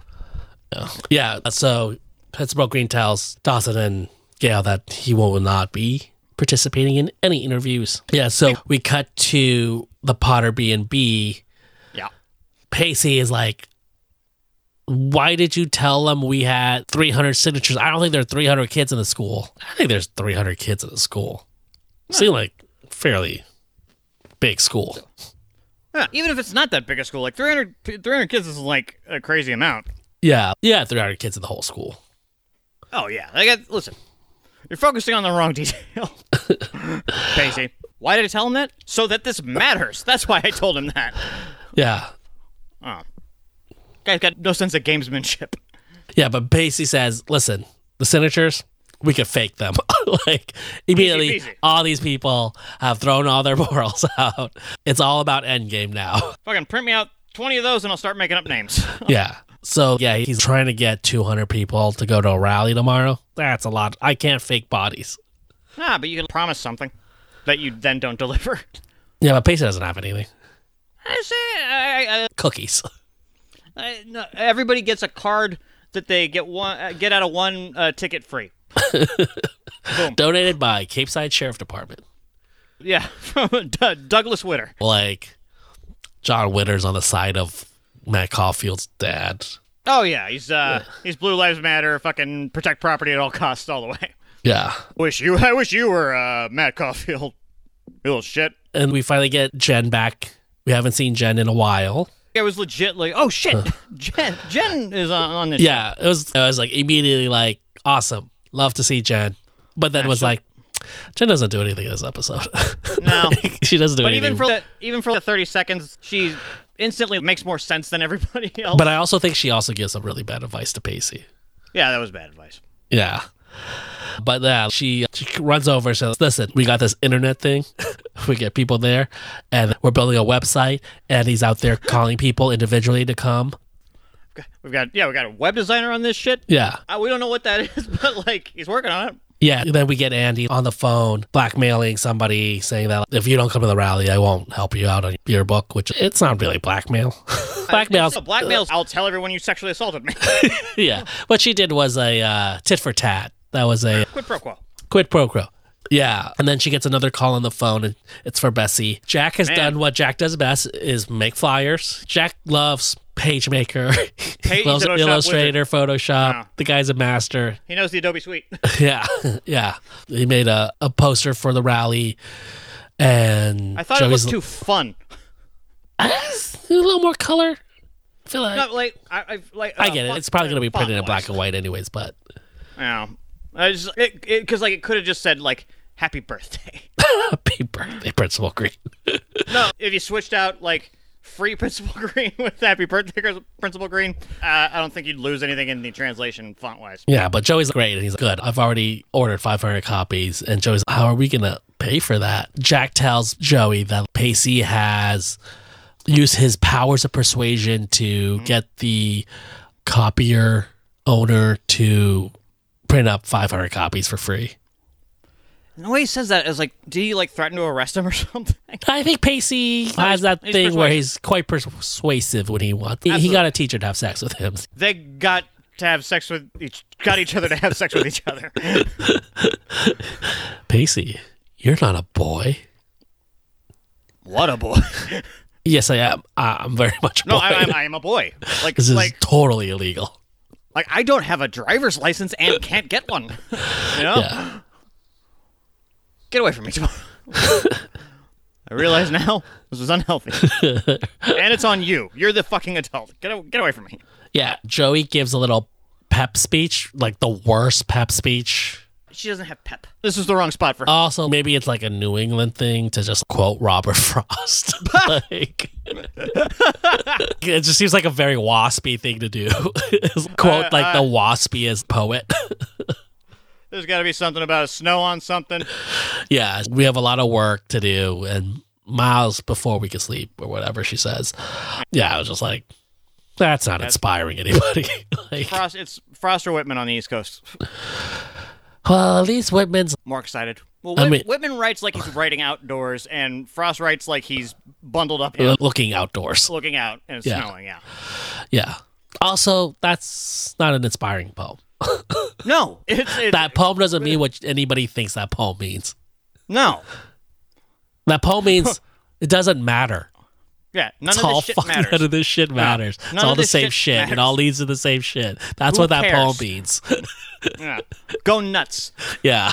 Yeah, so Pittsburgh Green tells Dawson and Gail that he will not be participating in any interviews. Yeah, so we cut to the Potter B and B.
Yeah.
Pacey is like, "Why did you tell them we had 300 signatures? I don't think there are 300 kids in the school. I think there's 300 kids in the school. Seem like fairly big school.
Yeah, even if it's not that big a school, like 300, p- 300 kids is like a crazy amount.
Yeah, yeah, 300 kids in the whole school.
Oh yeah, I got. Listen, you're focusing on the wrong detail, Pacey. Why did I tell him that? So that this matters. That's why I told him that.
Yeah,
Guy's got no sense of gamesmanship.
Yeah, but Pacey says, listen, the signatures, we could fake them. like, immediately,
peasy.
all these people have thrown all their morals out. It's all about endgame now.
Fucking print me out twenty of those, and I'll start making up names.
yeah. So, yeah, he's trying to get 200 people to go to a rally tomorrow. That's a lot. I can't fake bodies.
ah, but you can promise something that you then don't deliver.
Yeah, but Pacey doesn't have anything.
I say, I, I,
Cookies.
I, no, everybody gets a card that they get one uh, get out of one uh, ticket free.
Donated by Cape Side Sheriff Department.
Yeah, from D- Douglas Witter.
Like, John Witter's on the side of Matt Caulfield's dad.
Oh yeah, he's uh, he's Blue Lives Matter. Fucking protect property at all costs, all the way.
Yeah.
Wish you, I wish you were uh, Matt Caulfield. You little shit.
And we finally get Jen back. We haven't seen Jen in a while.
I was legit like, oh shit, Jen, Jen is on, on this.
Yeah, it was. I was like immediately like awesome, love to see Jen, but then was like, Jen doesn't do anything in this episode.
No.
she doesn't do
but
anything.
even for the even for the thirty seconds, she instantly makes more sense than everybody else.
but I also think she also gives some really bad advice to Pacey.
yeah, that was bad advice.
Yeah. But yeah, she, she runs over and says, Listen, we got this internet thing. we get people there, and we're building a website, and he's out there calling people individually to come.
We've got yeah, we got a web designer on this shit.
Yeah.
Uh, we don't know what that is, but like he's working on it.
Yeah, then we get Andy on the phone blackmailing somebody, saying that if you don't come to the rally, I won't help you out on your book. Which it's not really blackmail. Blackmail's
So blackmails. I'll tell everyone you sexually assaulted me.
yeah. What she did was a uh, tit for tat. That was a
Quid pro quo.
quid pro quo. Yeah, and then she gets another call on the phone, and it's for Bessie. Jack has done what Jack does best: is make flyers. Jack loves PageMaker,
Page-
he loves
Photoshop
Illustrator, Photoshop.
Yeah.
The guy's a master.
He knows the Adobe suite.
Yeah, yeah. He made a, a poster for the rally, and
I thought it
Joey's-
was too fun.
a little more color. I feel like
Not like I, I like.
I
uh,
get it.
font-
It's probably gonna be printed in
font-wise.
black and white, anyways. But
Yeah, I just it because like it could have just said like "Happy Birthday."
happy birthday, Principal Green.
no, if you switched out like "Free Principal Green" with "Happy Birthday Principal Green," uh, I don't think you'd lose anything in the translation font wise.
Yeah, but Joey's great, and he's like, good. I've already ordered 500 copies, and Joey's, how are we gonna pay for that? Jack tells Joey that Pacey has used his powers of persuasion to
Mm-hmm.
get the copier owner to print up 500 copies for free.
And the way he says that is like, do you like threaten to arrest him or something?
I think Pacey has that
he's
thing where
persuasive.
he's quite persuasive when he wants. He, he got a teacher to have sex with him.
They got to have sex with each, got each other to have sex with each other.
Pacey, you're not a boy.
what a boy!
Yes, I am. I- I'm very much a boy.
No, I, I, I am a boy. Like,
this is
like,
totally illegal.
like I don't have a driver's license and can't get one. You know.
Yeah.
Get away from me, tomorrow. I realize now this was unhealthy, and it's on you. You're the fucking adult. Get a- get away from me.
Yeah, Joey gives a little pep speech, like the worst pep speech.
She doesn't have pep. This is the wrong spot for her.
Also, maybe it's like a New England thing to just quote Robert Frost. like, it just seems like a very waspy thing to do. Is quote like the waspiest poet.
There's got to be something about a snow on something.
yeah, we have a lot of work to do and miles before we can sleep or whatever she says. Yeah, I was just like, that's not inspiring anybody. like,
Frost, it's Frost or Whitman on the East Coast.
well, at least Whitman's
More excited. Well,
I
Whit-
mean-
Whitman writes like he's writing outdoors, and Frost writes like he's bundled up,
uh, looking outdoors.
looking out, and it's
Yeah.
snowing out.
Yeah. Also, that's not an inspiring poem.
No, it's, it's
That poem doesn't mean what anybody thinks that poem means.
no.
That poem means it doesn't matter.
Yeah, none
It's
of
all
this shit
fucking
matters.
none of this shit matters. it's
None
all
of
the
this
same
shit
shit. It
matters.
all leads to the same shit. That's
Who
what that poem
cares?
means.
Yeah. Go nuts.
yeah.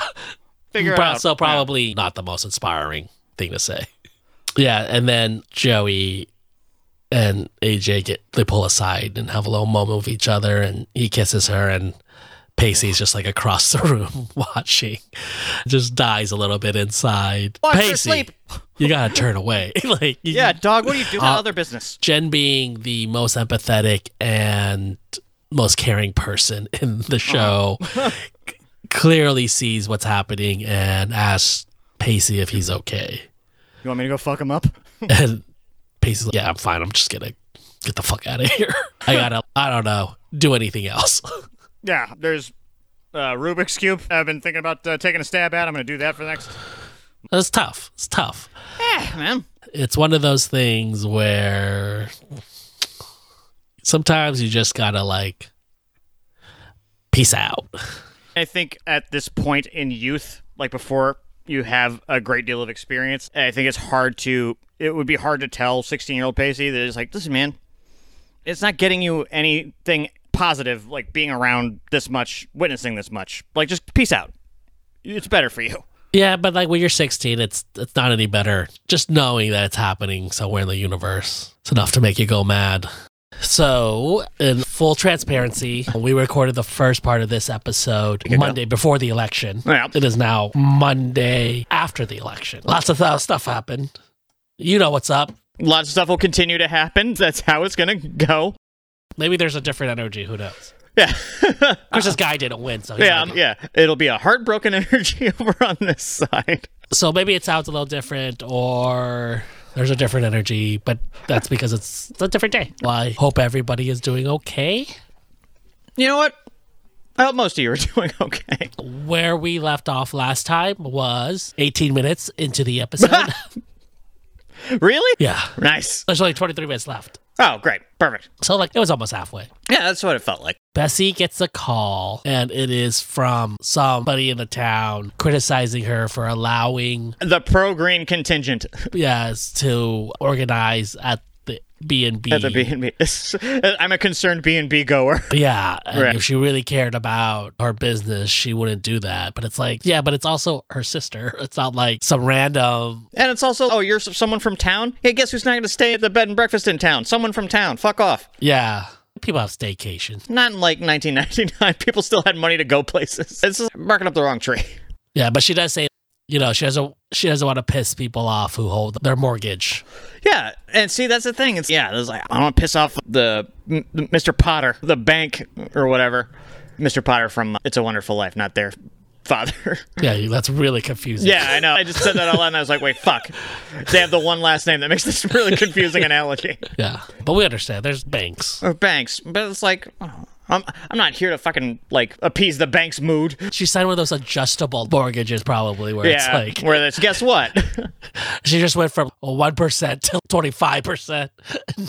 Figure it
Pro-
out.
so probably not the most inspiring thing to say. Yeah, and then Joey and AJ get they pull aside and have a little moment with each other, and he kisses her, and Pacey's just like across the room watching, just dies a little bit inside.
Watch her
Pacey,
sleep.
you gotta turn away. like you-
Yeah, dog. What are you doing? about other business.
Jen being the most empathetic and most caring person in the show c- clearly sees what's happening and asks Pacey if he's okay.
You want me to go fuck him up?
And Pacey's like, Yeah, I'm fine. I'm just gonna get the fuck out of here. I gotta I don't know, do anything else.
yeah. There's uh, Rubik's cube. I've been thinking about uh, taking a stab at. I'm gonna do that for the next.
It's tough. It's tough.
Yeah, man.
It's one of those things where sometimes you just gotta like peace out.
I think at this point in youth, like before you have a great deal of experience, I think it's hard to, it would be hard to tell 16 year old Pacey that it's like, listen, man, it's not getting you anything positive, like being around this much, witnessing this much. Like, just peace out. It's better for you.
Yeah, but like when you're 16, it's it's not any better. Just knowing that it's happening somewhere in the universe, it's enough to make you go mad. So, in full transparency, we recorded the first part of this episode Monday before the election.
Yeah.
It is now Monday after the election. Lots of th- stuff happened. You know what's up.
Lots of stuff will continue to happen. That's how it's going to go.
Maybe there's a different energy. Who knows?
Yeah.
Of course, this guy didn't win, so he's
Uh, yeah. um,
not gonna-
Yeah. It'll be a heartbroken energy over on this side.
so maybe it sounds a little different or there's a different energy but that's because it's a different day well i hope everybody is doing okay
You know what? I hope most of you are doing okay.
where we left off last time was 18 minutes into the episode
Really?
yeah
Nice.
there's only 23 minutes left
Oh, great. Perfect.
so like it was almost halfway
Yeah, that's what it felt like.
Bessie gets a call, and it is from somebody in the town criticizing her for allowing
The pro green contingent
yes to organize at the B and
at the B and B. I'm a concerned B and B goer.
Yeah. and
Right.
If she really cared about her business, she wouldn't do that. But it's like, yeah, but it's also her sister. It's not like some random.
And it's also, oh, you're s- someone from town. Hey, guess who's not going to stay at the bed and breakfast in town? Someone from town. Fuck off.
Yeah. People have staycation.
Not in like 1999. People still had money to go places. It's just barking up the wrong tree.
Yeah. But she does say, you know, she doesn't. She doesn't want to piss people off who hold their mortgage.
Yeah, and see that's the thing. It's yeah, it's like I don't want to piss off the m- Mr. Potter, the bank or whatever. Mr. Potter from It's a Wonderful Life, not their father.
Yeah, that's really confusing.
Yeah, I know. I just said that out loud and I was like, wait, fuck. They have the one last name that makes this really confusing analogy.
yeah. But we understand. There's banks.
Or banks. Oh, But it's like, oh, I'm, I'm not here to fucking, like, appease the bank's mood.
She signed one of those adjustable mortgages, probably, where
Yeah.
it's like
where it's, guess what?
she just went from one percent to twenty five percent.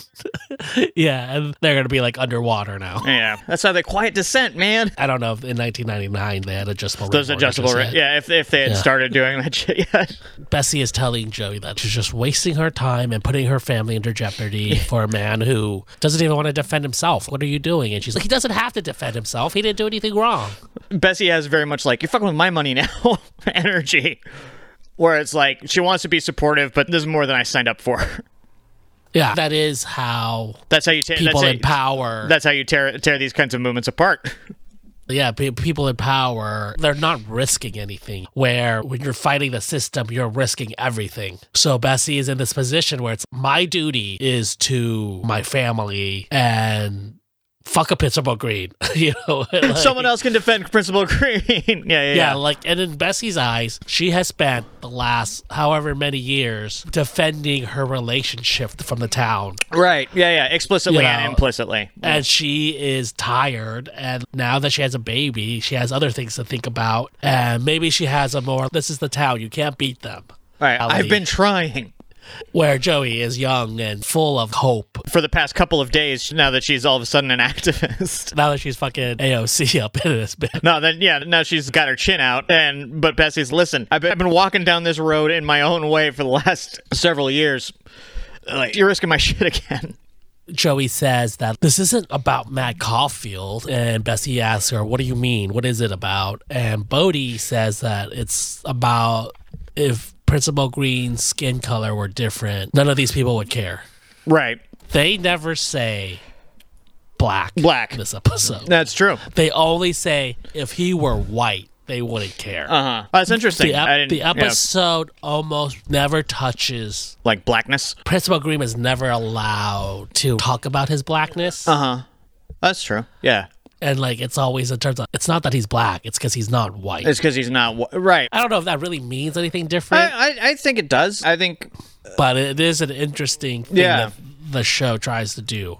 Yeah, and they're gonna be like underwater now.
yeah. That's how they quiet dissent, man.
I don't know if in 1999 they had adjustable.
Those
rate mortgages
adjustable, ra-
yet.
yeah, if, if they had started doing that shit, yeah.
Bessie is telling Joey that she's just wasting her time and putting her family under jeopardy for a man who doesn't even want to defend himself. What are you doing? And she's like, he doesn't have to defend himself. He didn't do anything wrong.
Bessie has very much like, you're fucking with my money now energy. where it's like she wants to be supportive, but this is more than I signed up for.
Yeah, that is how
that's how you tear.
people
that's,
in
how,
power.
that's how you tear tear these kinds of movements apart.
yeah, pe- people in power, they're not risking anything. Where when you're fighting the system, you're risking everything. So Bessie is in this position where it's my duty is to my family and fuck a principal green. you know, like-
Someone else can defend Principal Green. yeah, yeah,
Yeah,
yeah.
like, and in Bessie's eyes, she has spent the last however many years defending her relationship from the town.
Right. Yeah, yeah. Explicitly
You know,
and implicitly.
And she is tired. And now that she has a baby, she has other things to think about. And maybe she has a more, this is the town, you can't beat them.
Right.
reality.
I've been trying
Where Joey is young and full of hope.
for the past couple of days now that she's all of a sudden an activist.
Now that she's fucking AOC up in this bit.
No, then yeah, now she's got her chin out, and but Bessie's listen. I've been, I've been walking down this road in my own way for the last several years. Like you're risking my shit again.
Joey says that this isn't about Matt Caulfield. And Bessie asks her, What do you mean? What is it about? And Bodhi says that it's about if Principal Green's skin color were different, none of these people would care.
Right.
They never say black.
Black.
in This episode.
That's true.
They only say if he were white, they wouldn't care.
Uh huh. That's interesting.
the, ep-
I didn't,
the
yeah,
episode almost never touches.
like blackness.
Principal Green is never allowed to talk about his blackness.
Uh-huh. That's true. Yeah.
and like it's always in terms of it's not that he's black it's because he's not white
It's because he's not wh- right.
i don't know if that really means anything different
I, I I think it does. I think
but it is an interesting thing
Yeah.
that the show tries to do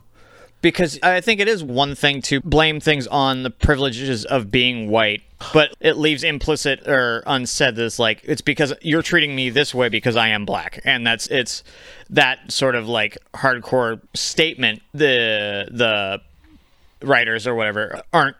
because I think it is one thing to blame things on the privileges of being white, but it leaves implicit or unsaid this like it's because you're treating me this way because I am black, and that's it's that sort of like hardcore statement the the writers or whatever aren't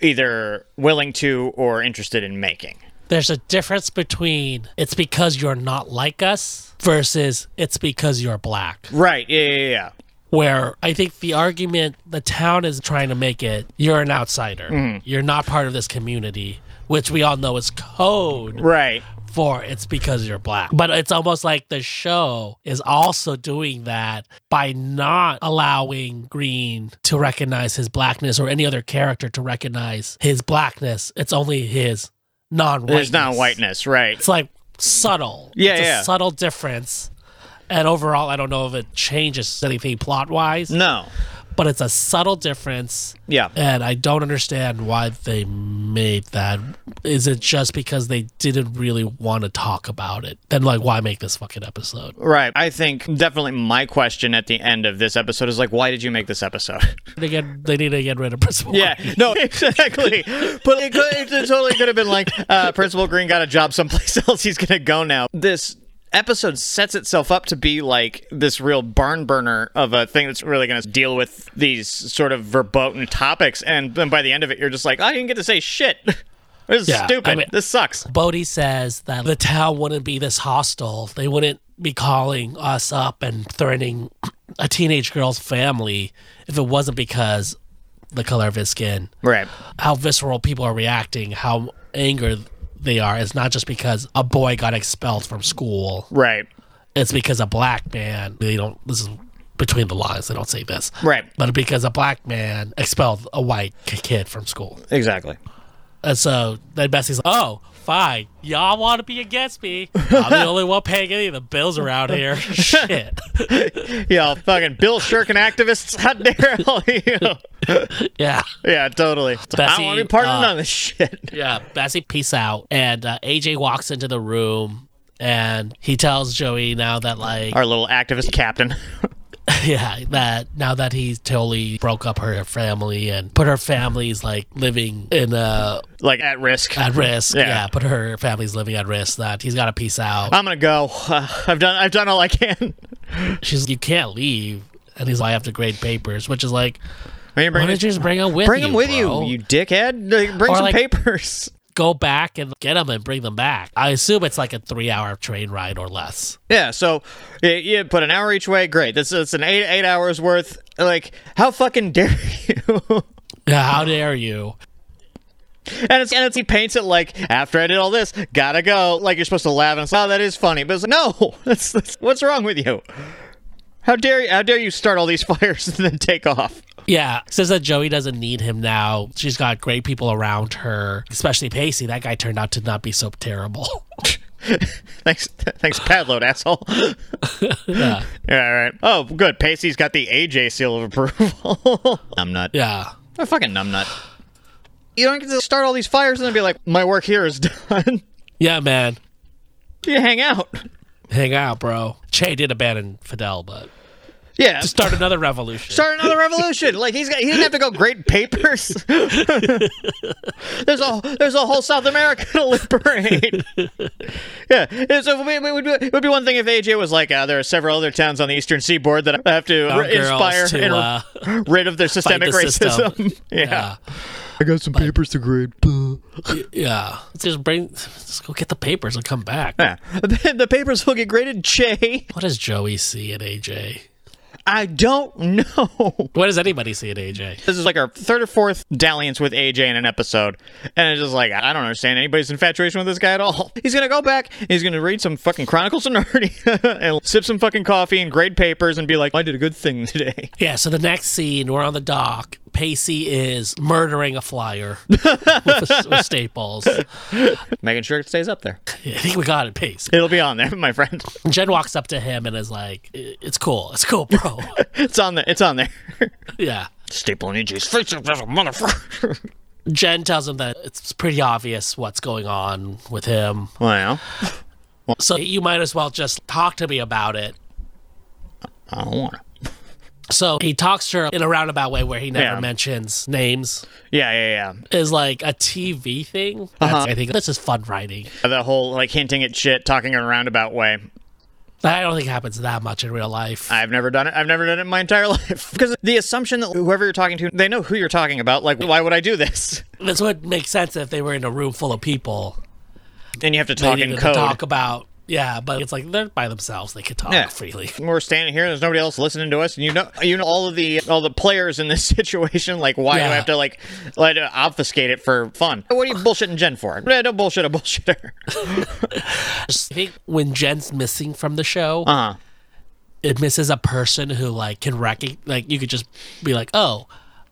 either willing to or interested in making.
there's a difference between it's because you're not like us versus it's because you're black
Right? Yeah, yeah, yeah.
where i think the argument the town is trying to make it you're an outsider you're not part of this community which we all know is code
Right.
for it's because you're black. But it's almost like the show is also doing that by not allowing Green to recognize his blackness or any other character to recognize his blackness. It's only his non whiteness.
There's not whiteness. Right.
It's like subtle.
Yeah,
It's a
yeah.
subtle difference. And overall, I don't know if it changes anything plot wise,
No.
but it's a subtle difference.
Yeah.
And I don't understand why they made that. Is it just because they didn't really want to talk about it? Then, like, why make this fucking episode?
Right. I think definitely my question at the end of this episode is like, why did you make this episode?
They get they need to get rid of Principal.
Yeah. No, exactly. but it, could, it totally could have been like, uh, Principal Green got a job someplace else. He's going to go now. This episode sets itself up to be like this real barn burner of a thing that's really going to deal with these sort of verboten topics. And then by the end of it, you're just like, I didn't get to say shit. This is
Yeah, I
stupid.
mean-
this sucks.
Bodhi says that the town wouldn't be this hostile. They wouldn't be calling us up and threatening a teenage girl's family if it wasn't because the color of his skin.
Right.
how visceral people are reacting, how anger they are. It's not just because a boy got expelled from school.
Right.
It's because a black man. They don't. This is between the lines. They don't say this.
Right.
But because a black man expelled a white k- kid from school,
Exactly.
and so then Bessie's like, "Oh, fine. Y'all want to be against me? I'm the only one paying any of the bills around here. Shit.
Yeah. Fucking Bill Shirkin activists. How dare all you?
yeah."
Yeah, totally. I
Bessie,
don't want to be part
uh,
of none of this shit.
Yeah, Bessie, peace out. And uh, AJ walks into the room and he tells Joey now that, like,
Our little activist captain.
yeah, that now that he's totally broke up her family and put her family's like living in uh,
like at risk.
at risk. Yeah.
Yeah.
put her family's living at risk. That he's got to peace out.
I'm gonna go. Uh, I've done. I've done all I can.
She's you can't leave, and he's like, I have to grade papers, which is like,
Are you
why
bringing-
don't you just bring him with
bring
you?
them with
bro?
you, you dickhead. Like, Bring
Or
some
like-
papers.
go back and get them and bring them back. I assume it's like a three-hour train ride or less.
Yeah. So you, you put an hour each way. Great. That's that's an eight eight hours worth. Like how fucking dare you?
Yeah, how dare you?
And it's, and it's he paints it like after I did all this, gotta go. Like you're supposed to laugh and it's oh that is funny, but it's like no, that's, that's, what's wrong with you? How dare you? How dare you start all these fires and then take off?
Yeah, says that Joey doesn't need him now. She's got great people around her, especially Pacey. That guy turned out to not be so terrible.
thanks, thanks, Padload asshole.
yeah,
yeah, all right. Oh, good. Pacey's got the AJ seal of approval. I'm not.
yeah.
A fucking numbnut. You don't get to start all these fires and then be like, my work here is done.
Yeah, man.
you hang out.
Hang out, bro. Che did abandon Fidel, but
Yeah.
to start another revolution.
start another revolution. Like he's got, he didn't have to go grade papers. there's a there's a whole South America to liberate. yeah, and so we, we would be, it would be one thing if AJ was like, uh, there are several other towns on the eastern seaboard that I have to
Our
re- inspire
Oh, girls to,
and
uh,
rid of their systemic
the system.
racism. yeah.
yeah,
I got some papers to grade.
yeah. Just bring, just go get the papers and come back.
Yeah. The, the papers will get graded, Jay.
What does Joey see in AJ?
I don't know.
What does anybody see in AJ?
This is like our third or fourth dalliance with AJ in an episode. And it's just like, I don't understand anybody's infatuation with this guy at all. He's going to go back, and he's going to read some fucking Chronicles of Narnia, and sip some fucking coffee and grade papers and be like, I did a good thing today.
Yeah, so the next scene, we're on the dock. Pacey is murdering a flyer with, with staples.
Making sure it stays up there.
I think we got it, Pacey.
It'll be on there, my friend.
Jen walks up to him and is like, "I- "It's cool, it's cool, bro."
It's on there. It's on there.
yeah.
Staple on AJ's face, that's a motherfucker.
Jen tells him that it's pretty obvious what's going on with him,
Well,
so you might as well just talk to me about it.
I don't want to.
So he talks to her in a roundabout way where he never
Yeah.
mentions names.
Yeah, yeah,
Is like a TV thing. That's- I think this is fun writing.
yeah. The whole like hinting at shit, talking in a roundabout way.
That I don't think happens that much in real life.
I've never done it. I've never done it in my entire life. Because the assumption that whoever you're talking to, they know who you're talking about. Like, why would I do this?
This would make sense if they were in a room full of people.
And you have to
They
talk in
needed
code.
to talk about yeah, but it's like they're by themselves. They could talk
Yeah.
freely.
We're standing here. and There's nobody else listening to us, and you know, you know all of the all the players in this situation. Like, why do
Yeah.
I have to like, like uh, obfuscate it for fun? What are you bullshitting Jen for? Eh, Don't bullshit a bullshitter.
I think when Jen's missing from the show,
Uh huh.
it misses a person who like can recognize. Like you could just be like, "Oh,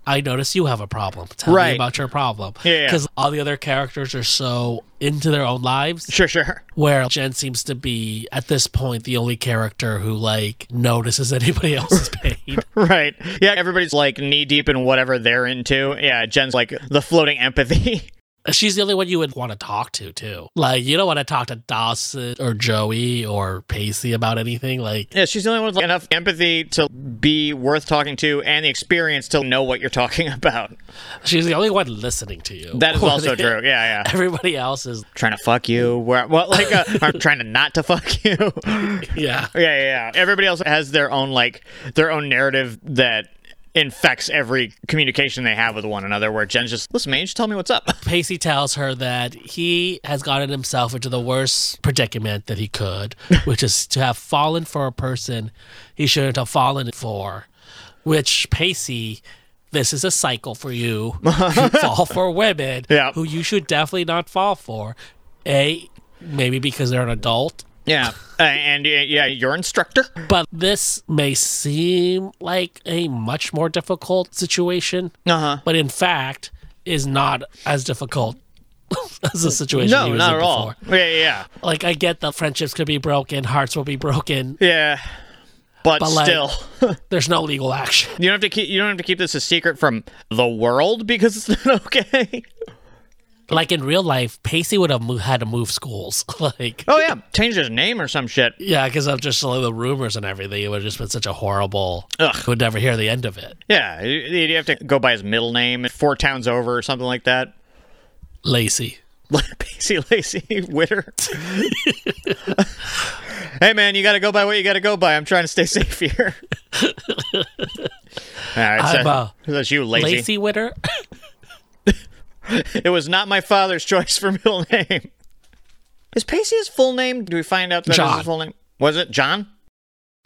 I notice you have a problem. Tell me
Right.
about your problem."
Yeah, yeah.
because all the other characters are so into their own lives.
Sure, sure.
Where Jen seems to be at this point the only character who like notices anybody else's pain.
Right. Yeah. Everybody's like knee deep in whatever they're into. Yeah. Jen's like the floating empathy.
She's the only one you would want to talk to too. Like you don't want to talk to Dawson or Joey or Pacey about anything. Like
Yeah, she's the only one with like, enough empathy to be worth talking to and the experience to know what you're talking about.
she's the only one listening to you.
That is also true. Yeah, yeah.
Everybody else is
Trying to fuck you. Where, well, like, uh, I'm trying to not to fuck you. yeah,
yeah.
yeah, yeah. Everybody else has their own, like, their own narrative that infects every communication they have with one another, where Jen's just, listen, man, you just tell me what's up.
Pacey tells her that he has gotten himself into the worst predicament that he could, which is to have fallen for a person he shouldn't have fallen for. Which Pacey, this is a cycle for you. You fall for women
Yeah.
who you should definitely not fall for. A, maybe because they're an adult.
Yeah. Uh, and, uh, yeah, your instructor.
But this may seem like a much more difficult situation,
Uh huh.
but in fact is not as difficult as the situation he
No,
was
not
in
at all.
before.
Yeah, yeah,
Like I get the friendships could be broken, hearts will be broken.
yeah. Yeah. But,
like-
still.
There's no legal action.
You don't have to keep. You don't have to keep this a secret from the world because it's not okay.
Like in real life, Pacey would have mo- had to move schools. like
Oh yeah, change his name or some shit.
yeah, because of just all the rumors and everything, it would have just been such a horrible.
Ugh.
Would never hear the end of it.
Yeah, you, you have to go by his middle name, four towns over or something like that.
Lacey.
Pacey Lacey Witter. hey man, you got to go by what you got to go by. I'm trying to stay safe here. All right, so-
I'm, uh,
that's you, Lacey.
Lacey Witter.
It was not my father's choice for middle name. Is Pacey his full name? Do we find out that is
John.
his full name? Was it John?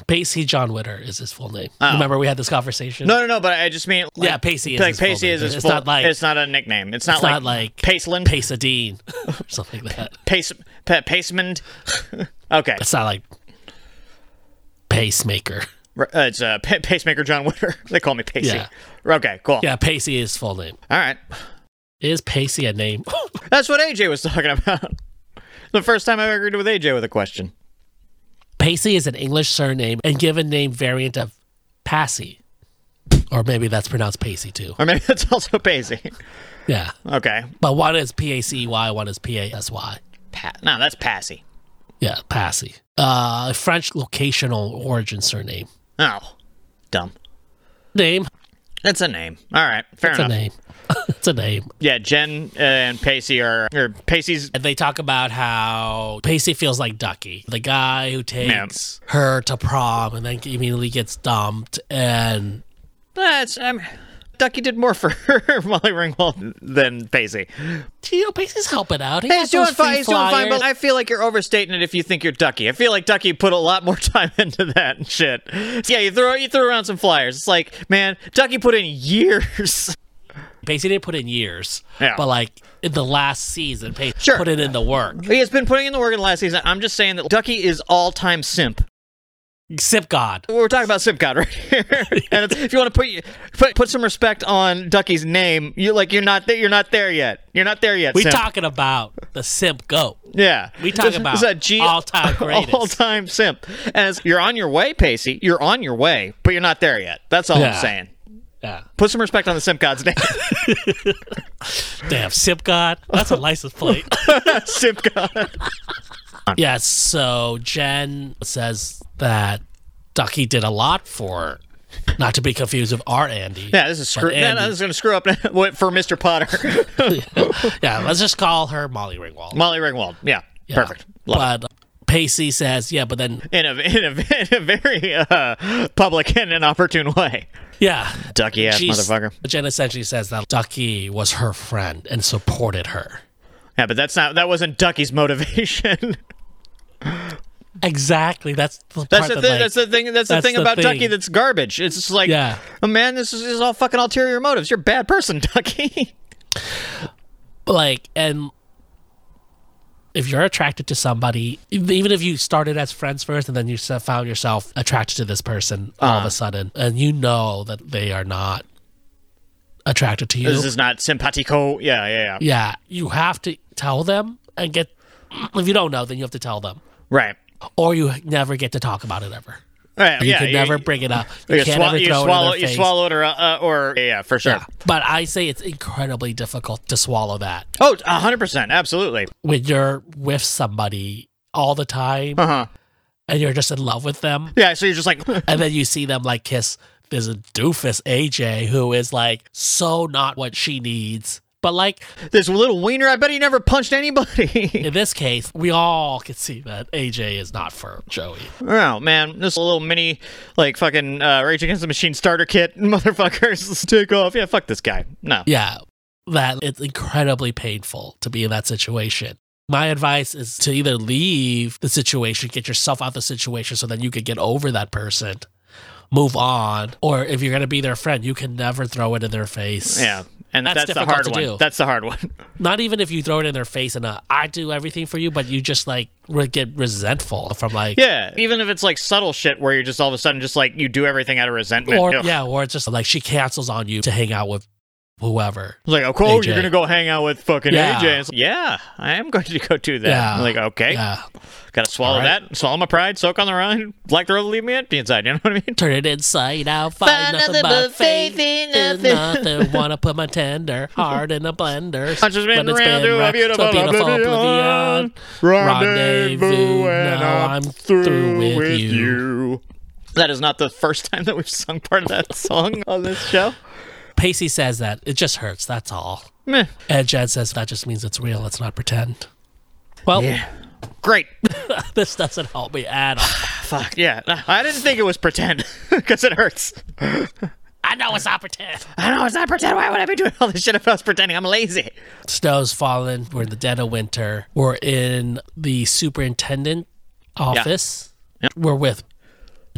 Pacey John Witter is his full name. Remember we had this conversation?
Oh. No, no, no. But I just mean like,
Yeah, Pacey is
Like
his full
Pacey
name.
is his
It's
full-
not like-
it's not a nickname. It's not
it's
like,
not like
Paceland.
Pasadine or something like that.
Pace pa- Pacemond. okay,
It's not like pacemaker.
R- uh, it's uh, pa- pacemaker John Witter. they call me Pacey.
Yeah.
Okay, cool.
Yeah, Pacey is his full name.
All right,
Is Pacey a name?
that's what AJ was talking about. the first time I ever agreed with AJ with a question.
Pacey is an English surname and given name variant of Passy. Or maybe that's pronounced Pacey too.
Or maybe that's also Pacey.
Yeah.
Okay.
But one is P A C E Y, one is P A S Y.
Pa- no, that's Passy.
Yeah, Passy. Uh, French locational origin surname.
Oh, dumb.
Name.
That's a name. All right, fair
It's a
enough.
name. it's a name.
Yeah, Jen uh, and Pacey are or Pacey's.
And they talk about how Pacey feels like Ducky, the guy who takes her to prom and then immediately gets dumped. And
That's I'm. Ducky did more for Molly Ringwald than Pacey.
you know, Pacey's helping out. He
Hey,
got
he's doing
those free
fine. He's doing fine,
flyers.
but I feel like you're overstating it if you think you're Ducky. I feel like Ducky put a lot more time into that and shit. Yeah, you throw you threw around some flyers. It's like, man, Ducky put in years.
Pacey didn't put in years,
Yeah.
but like in the last season, Pacey
Sure.
put it in the work.
He has been putting in the work in the last season. I'm just saying that Ducky is all time simp.
Sip God.
We're talking about Simp God right here, and it's, if you want to put, you- put put some respect on Ducky's name, you like you're not there. You're not there yet. You're not there yet.
We
simp.
talking about the simp goat.
Yeah,
We talk about all-time greatest.
all-time simp. As you're on your way, Pacey. You're on your way, but you're not there yet. That's all
Yeah.
I'm saying.
Yeah.
Put some respect on the simp god's name,
Damn, Sip God. That's a license plate.
simp god.
yeah, so Jen says that Ducky did a lot for, not to be confused with our Andy.
Yeah, this is screw.
But
No, no,
Andy-
this is gonna screw up what- for Mr. Potter,
yeah, let's just call her Molly Ringwald.
Molly Ringwald. Yeah,
Yeah.
perfect. Love it.
but Pacey says, yeah, but then,
in a in a, in a very uh, public and inopportune way.
yeah.
Ducky ass
she's-
motherfucker.
Jen essentially says that Ducky was her friend and supported her.
Yeah, but that's not that wasn't Ducky's motivation.
Exactly. That's the
That's
part
the
that,
thing.
like,
that's the thing. That's the
that's
thing
the
about Ducky.
thing.
That's garbage. It's just like,
Yeah.
oh man, this is, this is all fucking ulterior motives. You're a bad person, Ducky.
like and if you're attracted to somebody even if you started as friends first and then you s- found yourself attracted to this person all
Uh-huh.
of a sudden and you know that they are not attracted to you
this is not simpatico. Yeah, yeah, yeah.
yeah you have to tell them and get if you don't know then you have to tell them
Right.
or you never get to talk about it ever
Right.
you
yeah,
can never bring it up you,
you
can't
swa-
ever
you
throw
swallow.
it in
You
their face
swallow it or uh, or yeah, yeah, for sure.
Yeah. but i say it's incredibly difficult to swallow that
Oh, hundred percent, absolutely.
when you're with somebody all the time
Uh huh.
and you're just in love with them
Yeah. So you're just like,
And then you see them like kiss this doofus AJ who is like so not what she needs. But like
this little wiener. I bet he never punched anybody.
in this case, we all can see that AJ is not for Joey.
oh man, this little mini, like fucking uh, Rage Against the Machine starter kit, motherfuckers. Let's take off. Yeah, fuck this guy. No.
Yeah. That it's incredibly painful to be in that situation. My advice is to either leave the situation, get yourself out of the situation so then you can get over that person, move on, or if you're gonna be their friend, you can never throw it in their face.
Yeah. And
That's
that's, the
difficult
hard
to
one.
do.
That's the hard one.
not even if you throw it in their face and uh, I do everything for you, but you just like re- get resentful from like,
Yeah. Even if it's like subtle shit where you're just all of a sudden just like you do everything out of resentment.
or
Ugh.
yeah, or it's just like she cancels on you to hang out with whoever.
It's like, oh, cool,
AJ.
you're going to go hang out with fucking
Yeah.
AJ. It's like, yeah, I am going to go do that.
Yeah.
I'm like, okay,
Yeah,
got to swallow
All right.
that, swallow my pride, soak on the run, black the road, leave me empty inside. You know what I mean?
turn it inside out, find, nothing, but faith in nothing. Wanna put my tender heart in a blender.
I just been
But it's
around to a
ra-
beautiful,
to oblivion.
oblivion.
Rendezvous, and
Now
I'm through with you.
That is not the first time that we've sung part of that song on this show.
Pacey says that it just hurts. That's all.
Meh.
And Jen says that just means it's real. Let's not pretend. Well,
Great.
this doesn't help me at all.
Fuck, yeah. I didn't think it was pretend because it hurts.
I know it's not pretend.
I don't know, it's not pretend. Why would I be doing all this shit if I was pretending I'm lazy?
Snow's fallen. We're in the dead of winter. We're in the superintendent office. We're with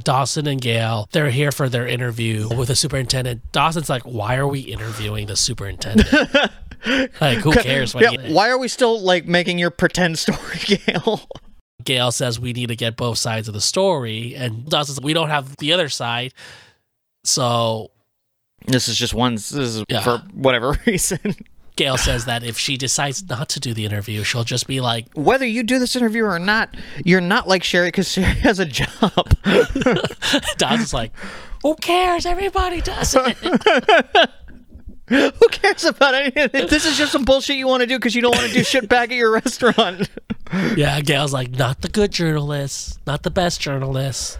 Dawson and Gail, they're here for their interview with the superintendent. Dawson's like, why are we interviewing the superintendent? like, who cares? What
Yeah, why are we still like making your pretend story, Gail?
Gail says we need to get both sides of the story, and Dawson's like, we don't have the other side. So
This is just one. This is
Yeah.
for whatever reason.
Gail says that if she decides not to do the interview, she'll just be like,
Whether you do this interview or not, you're not like Sherry because Sherry has a job.
Dawson's like, who cares? Everybody does it.
Who cares about any of this? This is just some bullshit you want to do because you don't want to do shit back at your restaurant.
yeah, Gail's like, not the good journalists, not the best journalists.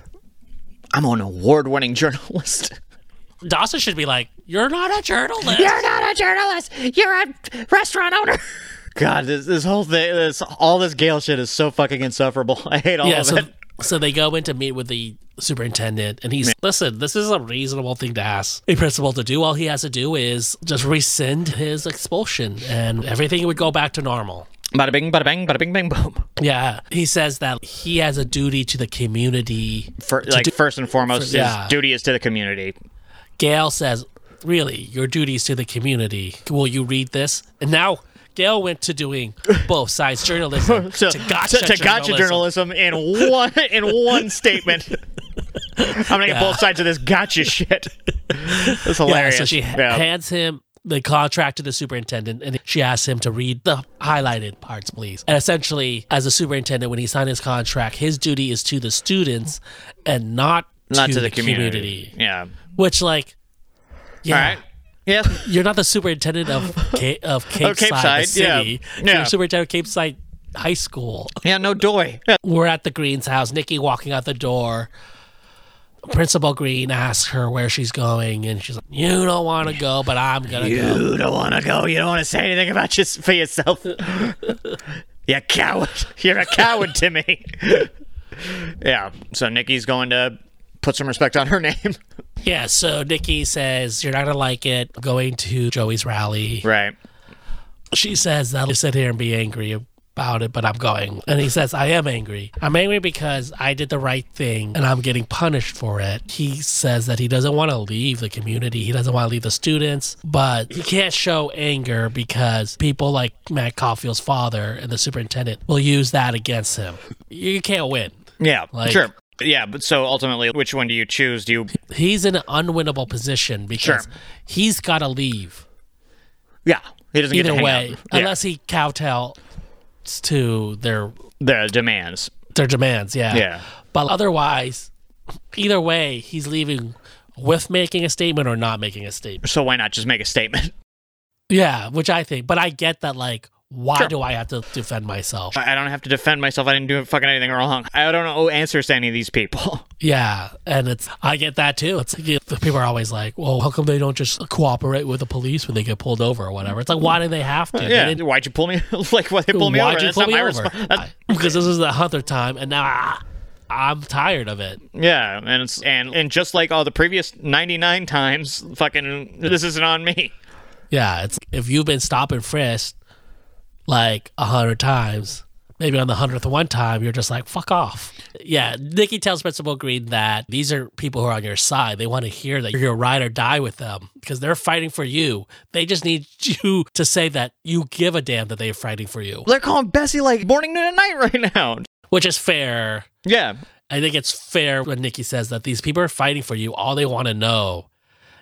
I'm an award winning journalist.
Dawson should be like, you're not a journalist.
not a journalist. You're a restaurant owner. God, this, this whole thing, this all this Gale shit is so fucking insufferable. I hate all
yeah,
of
so,
it.
so they go in to meet with the superintendent, and he's listen. This is a reasonable thing to ask a principal to do. All he has to do is just rescind his expulsion, and everything would go back to normal.
Bada bing, bada bang, bada bing, bang, boom.
Yeah, he says that he has a duty to the community.
For, like first and foremost,
for- yeah.
his duty is to the community.
Gail says, "Really, your duties to the community." Will you read this? And now. Gail went to doing both sides journalism
To,
to, gotcha
to, to gotcha journalism in one in one statement. I'm gonna get both sides of this gotcha shit. That's
Yeah,
hilarious.
so she ha-
Yeah.
hands him the contract to the superintendent and she asks him to read the highlighted parts, please. And essentially, as a superintendent, when he signed his contract, his duty is to the students and not,
not to, the, community. Yeah.
Which, like,
All
yeah,
right. Yeah.
you're not the superintendent of, Ca- of Cape,
Cape
Side, the
Side, yeah.
city.
Yeah.
You're superintendent of Cape Side High School.
Yeah. No doy. Yeah.
We're at the Green's house. Nikki walking out the door. Principal Green asks her where she's going, and she's like, "You don't want to go, but I'm gonna go."
You don't want to go. You don't want to say anything about just for yourself. you coward. You're a coward to me. yeah. So Nikki's going to put some respect on her name.
Yeah, so Nikki says, You're not going to like it. I'm going to Joey's rally.
right.
She says, I'll sit here and be angry about it, but I'm going. And he says, I am angry. I'm angry because I did the right thing and I'm getting punished for it. He says that he doesn't want to leave the community, he doesn't want to leave the students, but he can't show anger because people like Matt Caulfield's father and the superintendent will use that against him. You can't win.
Yeah.
Like-
sure. Yeah. But so ultimately, which one do you choose? Do you?
He's in an unwinnable position because
Sure.
he's got to leave.
Yeah. He doesn't get to
either
hang
way,
out. Yeah.
unless he kowtows to their
the demands.
their demands. Yeah.
Yeah.
But otherwise, either way, he's leaving with making a statement or not making a statement.
So why not just make a statement?
Yeah, which I think. But I get that. Like, why
Sure.
do I have to defend myself?
I I don't have to defend myself. I didn't do fucking anything wrong. I don't owe answers to any of these people.
Yeah, and it's I get that too. It's like, you know, people are always like, "Well, how come they don't just cooperate with the police when they get pulled over or whatever?" It's like, why do they have to? They
Yeah.
didn't-
Why'd you pull me? like, why they pull me
why'd
over?
you
That's
pull
not
me
my
over?
response. That's-
Because this is the hunter time, and now ah, I'm tired of it.
Yeah, and it's, and and just like all the previous 99 times, fucking this isn't on me.
Yeah, it's if you've been stopping frisked like a hundred times, maybe on the hundredth one time, you're just like, fuck off. Yeah, Nikki tells Principal Green that these are people who are on your side. They want to hear that you're gonna ride or die with them because they're fighting for you. They just need you to say that you give a damn that they're fighting for you,
They're calling Bessie like morning, noon, and night right now.
which is fair.
Yeah,
I think it's fair when Nikki says that these people are fighting for you. All they want to know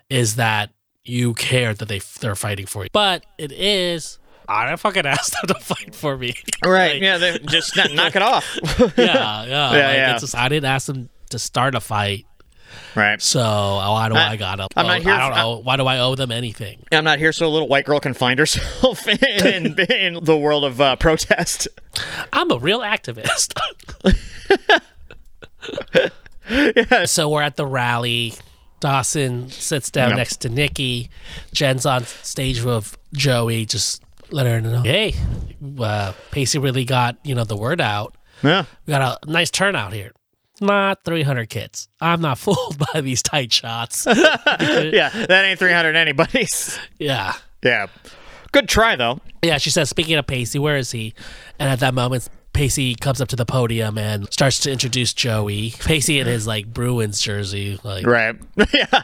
is that you care that they they're fighting for you. But it is I don't fucking ask them to fight for me.
right.
Like,
yeah, they just kn- knock it off.
yeah, yeah. like,
yeah.
It's just, I didn't ask them to start a fight,
right.
so oh, why do I,
I-
gotta?
I'm not
owe-
here
I don't
for-
know. Why do I owe them anything?
I'm not here so a little white girl can find herself in in, in the world of uh, protest.
I'm a real activist. So we're at the rally. Dawson sits down
Yeah.
next to Nikki. Jen's on stage with Joey. Just let her know, hey, uh, Pacey really got you know the word out.
Yeah,
We got a nice turnout here. Not 300 kids. I'm not fooled by these tight shots.
yeah. That ain't 300 anybody's.
yeah.
Yeah, good try though.
Yeah, she says, speaking of Pacey, where is he? And at that moment, Pacey comes up to the podium and starts to introduce Joey. Pacey in his like Bruins jersey, like
Right. yeah.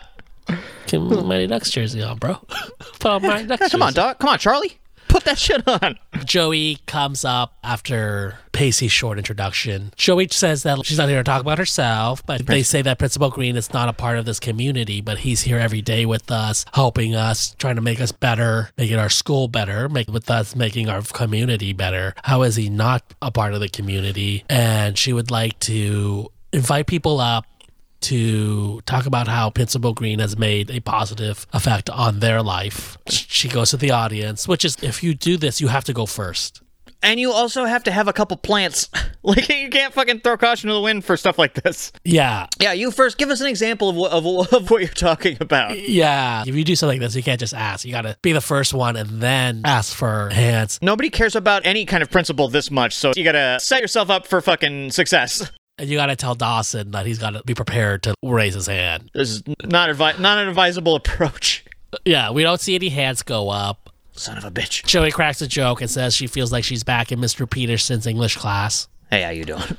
"Get my Mighty Ducks jersey on, bro. Put on Mighty Ducks jersey.
Come on, dog. Come on, Charlie. Put that shit on.
Joey comes up after Pacey's short introduction. Joey says that she's not here to talk about herself, but they say that Principal Green is not a part of this community, but he's here every day with us, helping us, trying to make us better, making our school better, make with us making our community better. How is he not a part of the community? And she would like to invite people up to talk about how Principal Green has made a positive effect on their life. She goes to the audience, which is if you do this, you have to go first.
And you also have to have a couple plants. like you can't fucking throw caution to the wind for stuff like this.
Yeah.
Yeah, you first give us an example of what, of, of what you're talking about.
Yeah. If you do something like this, you can't just ask. You got to be the first one and then ask for hands.
Nobody cares about any kind of principle this much, so you gotta set yourself up for fucking success.
And you got to tell Dawson that he's got to be prepared to raise his hand.
This is not advi- not an advisable approach.
Yeah. We don't see any hands go up.
Son of a bitch.
Joey cracks a joke and says she feels like she's back in Mr. Peterson's English class.
Hey, how you doing?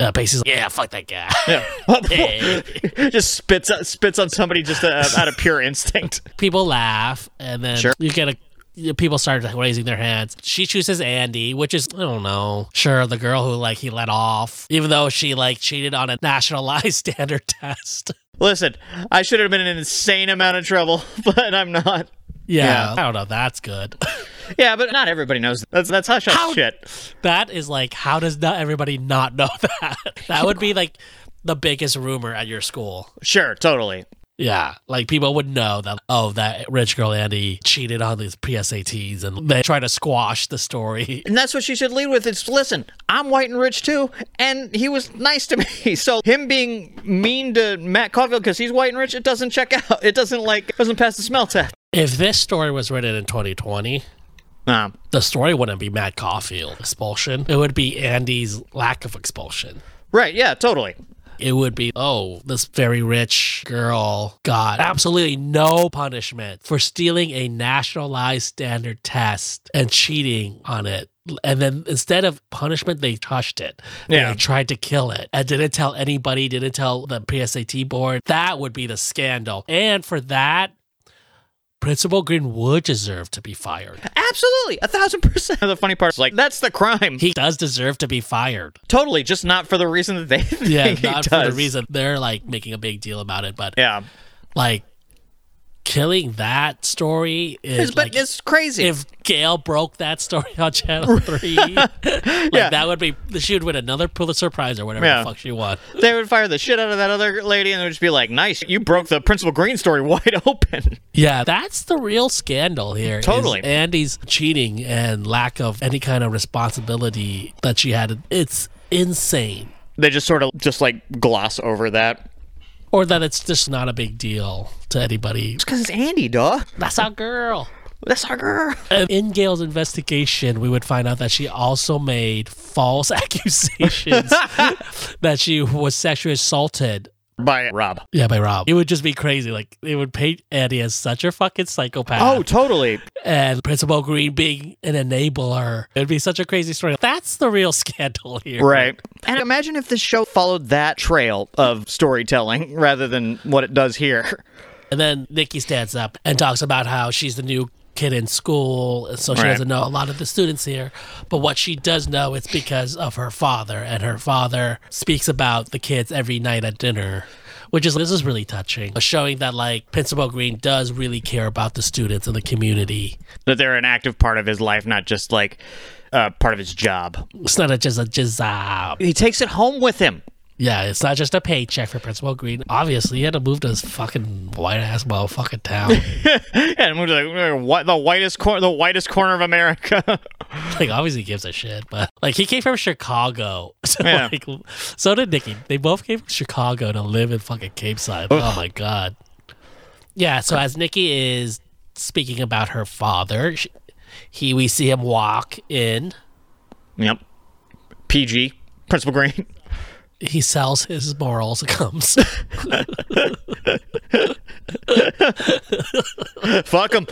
Uh, Pacey's like, yeah, fuck that guy.
Yeah. just spits out, spits on somebody just uh, out of pure instinct.
people laugh and then
Sure.
you get a you- people start raising their hands she chooses andy which is i don't know sure the girl who like he let off even though she like cheated on a nationalized standard test
Listen, I should have been in an insane amount of trouble, but I'm not.
yeah,
Yeah.
i don't know that's good
Yeah, but not everybody knows. That's that's hush hush
How-
shit.
that is like how does not everybody not know that that would be like the biggest rumor at your school
Sure, totally.
yeah like people would know that oh that rich girl andy cheated on these psats and they try to squash the story
And that's what she should lead with. It's listen, I'm white and rich too, and he was nice to me. So him being mean to Matt Caulfield because he's white and rich, it doesn't check out. It doesn't like doesn't pass the smell test.
if this story was written in 2020
Um,
the story wouldn't be Matt Caulfield expulsion. It would be Andy's lack of expulsion.
right? Yeah, totally.
It would be, oh, this very rich girl got absolutely no punishment for stealing a nationalized standard test and cheating on it. And then instead of punishment, they touched it.
Yeah.
They tried to kill it and didn't tell anybody, didn't tell the PSAT board. That would be the scandal. And for that, Principal Green would deserve to be fired.
Absolutely, a thousand percent. The funny part is like that's the crime.
He does deserve to be fired.
totally, just not for the reason that they think
Yeah,
he
not for
does.
the reason they're like making a big deal about it, but
Yeah,
like killing that story is
It's- but
like
it's crazy.
if Gail broke that story on Channel Three, like
Yeah.
that would be she would win another Pulitzer Prize or whatever
Yeah.
the fuck she won.
they would fire the shit out of that other lady, and they would just be like, "Nice, you broke the Principal Green story wide open."
Yeah, that's the real scandal here. is
Totally.
Andy's cheating and lack of any kind of responsibility that she had. It's insane,
They just sort of just like gloss over that
or that it's just not a big deal to anybody.
because it's Andy, duh.
That's our girl.
That's our girl.
And in Gail's investigation, we would find out that she also made false accusations that she was sexually assaulted.
By Rob.
Yeah, by Rob. It would just be crazy. Like it would paint Andy as such a fucking psychopath.
Oh, totally.
and Principal Green being an enabler. It'd be such a crazy story. That's the real scandal here.
Right. And imagine if this show followed that trail of storytelling rather than what it does here.
And then Nikki stands up and talks about how she's the new kid in school, and so she
Right.
doesn't know a lot of the students here. But what she does know is because of her father, and her father speaks about the kids every night at dinner. Which is this is really touching, showing that like Principal Green does really care about the students and the community.
That they're an active part of his life, not just like uh, part of his job.
It's not a, just a job.
He takes it home with him.
Yeah, it's not just a paycheck for Principal Green. Obviously, he had to move to this fucking white ass motherfucking town.
Yeah, moved to the, whi- the whitest corner, the whitest corner of America.
like obviously he gives a shit, but like he came from Chicago. So
Yeah.
like so did Nikki. They both came from Chicago to live in fucking Cape Side. Oh my god. Yeah, so as Nikki is speaking about her father, she, he we see him walk in.
yep. PG, Principal Green.
he sells his morals and comes.
Fuck him.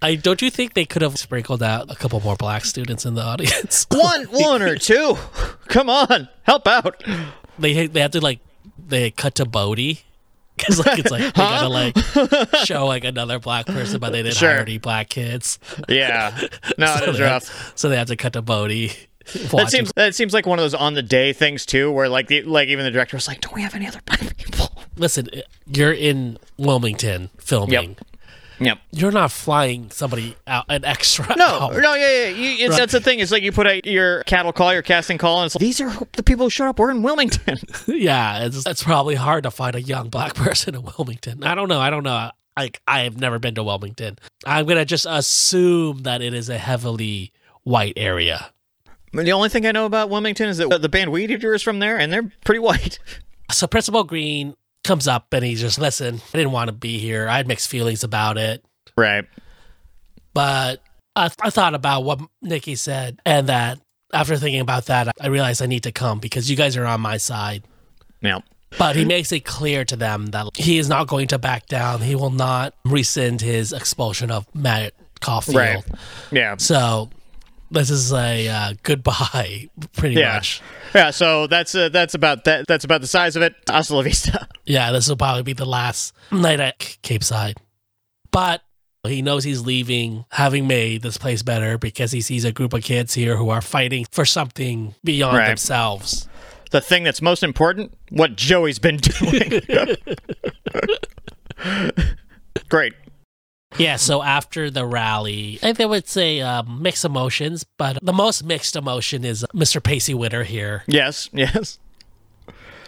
I don't you think they could have sprinkled out a couple more black students in the audience?
one, one or two. Come on, help out.
they they have to like they cut to Bodie because like it's like they gotta like show like another black person, but they didn't
Sure.
hire any black kids,
Yeah, no, it
so
is
they,
rough.
so they have to cut to Bodie.
That seems that seems like one of those on the day things too, where like the like even the director was like, "Don't we have any other black people?"
Listen, you're in Wilmington filming.
Yep. Yep.
You're not flying somebody out an extra.
No,
out.
no, yeah, yeah. You, it's, That's the thing. It's like you put out your cattle call, your casting call, and it's like, these are who- the people who showed up. We're in Wilmington.
yeah, it's, it's probably hard to find a young black person in Wilmington. I don't know. I don't know. Like I have never been to Wilmington. I'm gonna just assume that it is a heavily white area.
the only thing I know about Wilmington is that the band Weed Eater is from there, and they're pretty white.
So Principal Green comes up and he's just, listen, I didn't want to be here. I had mixed feelings about it,
Right.
but I, I thought about what Nikki said and that after thinking about that, I realized I need to come because you guys are on my side.
Yeah.
But he makes it clear to them that he is not going to back down. He will not rescind his expulsion of Matt Caulfield.
Right. Yeah.
So this is a uh, goodbye, pretty
Yeah.
much.
Yeah. So that's uh, that's about that. That's about the size of it. Hasta la vista.
Yeah, this will probably be the last night at C- Cape Side. But he knows he's leaving, having made this place better because he sees a group of kids here who are fighting for something beyond
Right.
themselves.
The thing that's most important: what Joey's been doing. Great.
Yeah, so after the rally, I think they would say uh, mixed emotions, but the most mixed emotion is Mr. Pacey Witter here.
Yes. Yes.